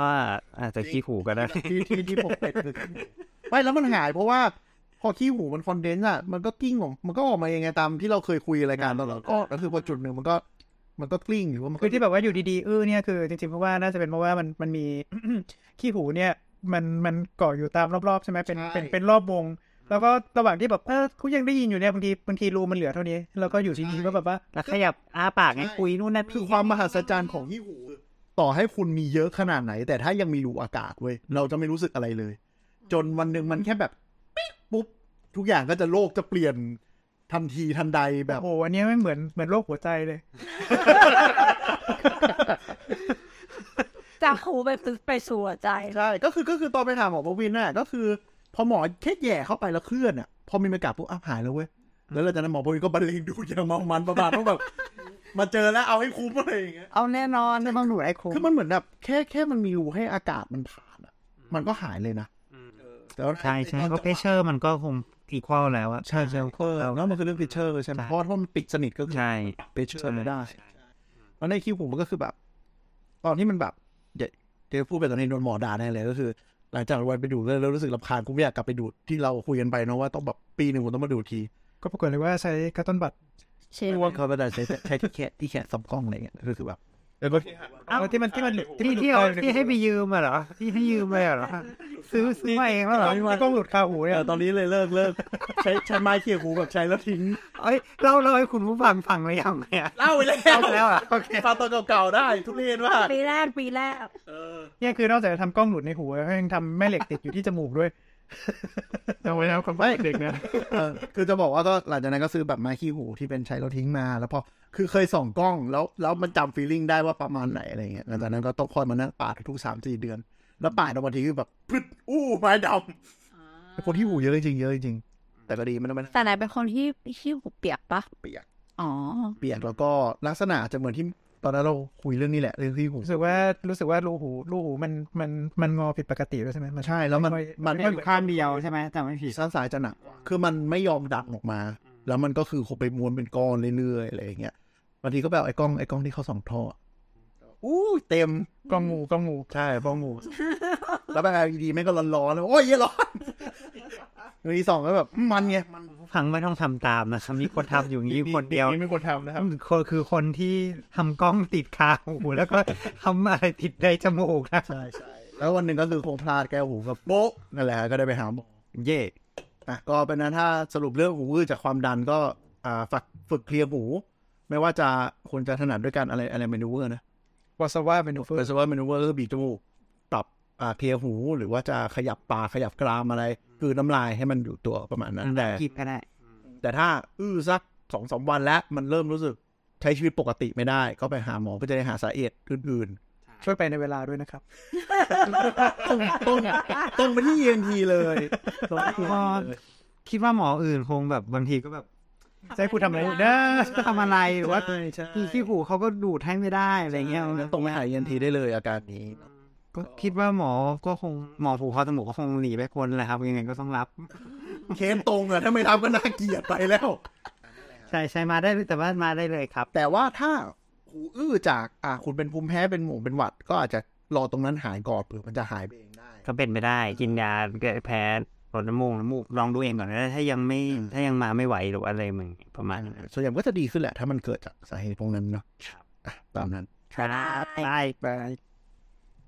Speaker 5: อาจจะขี้ขู่ก็ได้
Speaker 2: ที่ที่ที่ผมเป็ดคือไม่แล้วมันหายเพราะว่า พอขี้หูมันคอนเดนซ์อ่ะมันก็กลิ้งออกมันก็ออกมาเองไงตามที่เราเคยคุยรายการตลอดก็ก็คือพอจุดหนึ่งมันก็มันก็กลิ้งหรือว่ามัน
Speaker 3: คือที่แบบว่าอยู่ดีๆอื้อเนี่ยคือจริงๆเพราะว่าน่าจะเป็นเพราะว่ามันมันมี <coughs> ขี้หูเนี่ย มันมันเกาะอยู่ตามรอบๆใช่ไหมเป็นเป็นเป็นรอบวง แล้วก็ระหว่างที่แบบเออกูยังได้ยินอยู่เนี่ยบางทีบางทีรูมันเหลือเท่านี้ แล้วก็อยู่ดีๆก็แบบว่า
Speaker 5: แล้วขยับอาปากให้คุยนู่นนั่น
Speaker 2: คือความมหัศจรรย์ของขี้หูต่อให้คุณมีเยอะขนาดไหน แต่ถ้ายังมีรูอากาศเว้ยเราจะไม่รู้สึกอะไรเลย จนวันหนึ่งมันแค่แบบปิ๊บปุ๊บทุกอย่างก็จะโลกจะเปลี่ยนทันทีทันใดแบบ
Speaker 3: โอ้โหอันเนี้ยแม่งเหมือนเหมือนโรคหัวใจเลย
Speaker 4: จากหูไปไปสู่หัวใจ
Speaker 2: ใช่ก็คือก็คือตอนไปถามหมอประวินน่ะก็คือ พอหมอแค่แหย่เข้าไปแล้วเคลื่อนอ่ะ พอมีเมกาปุ๊บอ่ะหายแล้วเว้ย แล้วหลังจากนั้นหมอประวินก็บรรเลงดูดอย่างเมามันประมาณต้องแบบ มาเจอแล้วเอาให้คุ้มอะไรอย่างเงี้ย
Speaker 5: เอาแน่นอนต้องดูไอ้คุ
Speaker 2: คือมันเหมือนแบบแค่แค่มันมีรูให้อากาศมันผ่านอ่ะ มันก็หายเลยนะแต่ว่า
Speaker 5: ใช่ใช่เพราะเพชเชอร์มันก็คงอีควอลแล้วอะ
Speaker 2: ใช่ใช่เพราะแล้วมันคือเรื่องพิเชอร์ใช่ไหมเพราะว่ามันปิดสนิทก็คือ
Speaker 5: ใช่
Speaker 2: เปเชอร์ไม่ได้แล้วในคิวผมมันก็คือแบบ ตอนที่มันแบบเดี๋ยวเดี๋ยวพูดไปตอนนี้โดนหมอด่าแน่เลยก็คือ หลังจากวันไปดูดเลือดแล้วรู้สึกรำคาญกูไม่อยากกลับไปดูดที่เราคุยกันไปเนอะว่าต้องแบบปีหนึ่งผมต้องมาดูดที
Speaker 3: ก็ปรากฏเลยว่าใช้กระต้นบัตร
Speaker 4: ใช่ไหม
Speaker 2: ว่าเขาไปได้ใช้ใช้ที่แค่ที่แค่สองกล้องอะไรเงี้ยก็คือแบบ
Speaker 7: แล้วก็
Speaker 5: เอ้า
Speaker 3: เออที่มันที่มันหลุดที่
Speaker 5: ที่
Speaker 3: มันหลุด
Speaker 5: ที่เอาที่
Speaker 3: ไปเนี่ย
Speaker 5: ให้ไปยืมอะเหรอ ที่ให้ยืมไปอะเหรอ
Speaker 3: <laughs>
Speaker 5: ซื้อซื้อมาเองแล้วเหรอ
Speaker 3: ที่กล้องหลุดคาหูเนี่ย
Speaker 2: เออตอนนี้เลยเลิกเลิกใช้ใช้ไม้เขี่ยหูแบบใช้แล้วทิ้ง
Speaker 5: เอ้ยเล่าเล่าให้คุณผู้ฟังฟังเลยยังเนี่ย
Speaker 2: เล่าไปแล้ว
Speaker 5: เล่าแล้วอะโอเค
Speaker 2: ฟังตอนเก่าๆได้ทุเรศมาก
Speaker 4: ปีแรกปีแรก
Speaker 3: เนี่ยคือนอกจากจะทำกล้องหลุดในหูแล้วยังทำแม่เหล็กติดอยู่ที่จมูกด้วย <laughs> เอาไว้แล้วคำว่าเด็กนะ
Speaker 2: เออคือจะบอกว่าก็หลังจากนั้นก็ซื้อแบบไม้ขี้หูที่เป็นใช้แล้วทิ้งมา แล้วพอคือเคยส่องกล้องแล้วแล้วมันจำฟีลิ่งได้ว่าประมาณไหนอะไรเงี้ยหลังจากนั้นก็ต้องคอยมานั่งปาดทุกสามสี่เดือน แล้วปาดออกมาทีคือแบบพรึดอู้ไม้ดำคนที่หูเยอะจริงๆเยอะจริงๆแต่ก็ดีมันไม่
Speaker 4: แต่ไหนเป็นคนที่ที่หูเปียกปะ
Speaker 2: เปียก
Speaker 4: อ๋อ
Speaker 2: เปียกแล้วก็ลักษณะจะเหมือนที่ตอนนั้นเราคุยเรื่องนี้แหละเรื่องที่หู
Speaker 3: รู้สึกว่ารู้สึกว่ารูหูรูหูมันมันมันงอผิดปกติด้วยใช่ไหมมัน
Speaker 2: ใช่แล้วมัน
Speaker 3: ไม่ค่อย
Speaker 2: มัน
Speaker 5: ไม่อยู่ข้างเดียวใช่ไหมจำไม่ผิด
Speaker 2: ด้านซ้ายจะหนักกว่าคือมันไม่ยอมดักออกมา แล้วมันก็คือคงไปม้วนเป็นก้อนเรื่อยๆอะไรอย่างเงี้ยบางทีก็ไปเอาไอ้กล้องไอ้กล้องที่เขาส่องท่ออู้เต็ม
Speaker 3: กล้องงูกล้องงู
Speaker 2: ใช่ป้องงู แล้วแบบ LED แม่งก็ร้อนๆแล้วโอ้ยเหี้ยร้ <laughs> อนบางทีส่องก็แบบอืมมันไงมัน
Speaker 5: ฟังไม่ต้องทำตามนะครับมีคนทำอยู่อย่างนี้คนเดียว
Speaker 7: นี่ไม่ควรทำนะครับ
Speaker 5: คนคือคนที่ทำกล้องติดคาหูแล้วก็ทำอะไรติดในจมูกนะ
Speaker 2: ใช่ใช่แล้ววันหนึ่งก็คือคงพลาดแก้วหูกับโป๊ะนั่นแหละก็ได้ไปหาหมอ
Speaker 5: เย่
Speaker 2: อ่ะก็เป็นนั้นถ้าสรุปเรื่องหูอื้อจากความดันก็อ่าฝึกฝึกเคลียร์หู ไม่ว่าจะคนจะถนัดด้วยกันอะไรอะไรเมนูเวอร์นะ
Speaker 3: วาซาว่าเป็นหนู
Speaker 2: เป็นสว่าเมนูเวอร์ก็คือบีบจมูกปรับอ่าเคลียร์หูหรือว่าจะขยับปากขยับกรามอะไร คือน้ำลายให้มันอยู่ตัวประมาณนั้นแต่
Speaker 5: คิดก็ได้
Speaker 2: แต่ถ้าอื้อสักสองสามวันแล้ว มันเริ่มรู้สึกใช้ชีวิตปกติไม่ได้ ก็ไปหาหมอเพื่อจะได้หาสาเหตุอื่น
Speaker 3: ช่วยไปในเวลาด้วยนะครับ
Speaker 2: ๆตรงตรงตรงไปที่เอ็นทีเลยตรงไปที่ ENT เลย
Speaker 5: คิดว่าหมออื่นคงแบบบางทีก็แบบ
Speaker 3: จะให้กูทำอะไรนะ
Speaker 5: ทำอะไรหรือว่า
Speaker 2: ใช่ใช่
Speaker 5: ที่ขี้หูเขาก็ดูดให้ไม่ได้อะไรเงี้ย
Speaker 2: ตรงไปหาเอ็นทีได้เลยอาการนี้
Speaker 5: ก็คิดว่าหมอก็คงหมอผูกคอจมูกก็คงหนีไปคนแหละครับยังไงก็ต้องรับ
Speaker 2: เคสตรงอะถ้าไม่ทำก็น่าเกลียดไปแล้ว
Speaker 5: ใช่ใช่มาได้เลยแต่ว่ามาได้เลยครับ
Speaker 2: แต่ว่าถ้าหูอื้อจากอ่าคุณเป็นภูมิแพ้เป็นหมูเป็นหวัด ก็อาจจะรอตรงนั้นหายก่อนเผื่อมันจะหายไปเองได้
Speaker 5: ก็เป็นไปได้กินยาแก้แพ้ลดน้ำมูกน้ำมูกลองดูเองก่อนนะถ้ายังไม่ถ้ายังมาไม่ไหวหรืออะไรมึงประมาณนั้น
Speaker 2: ส่วนใหญ่มันก็จะดีขึ้นแหละถ้ามันเกิดจากสาเหตุพวกนั้นเนาะอ่ะตามนั้น
Speaker 5: ครับไป
Speaker 2: Bye.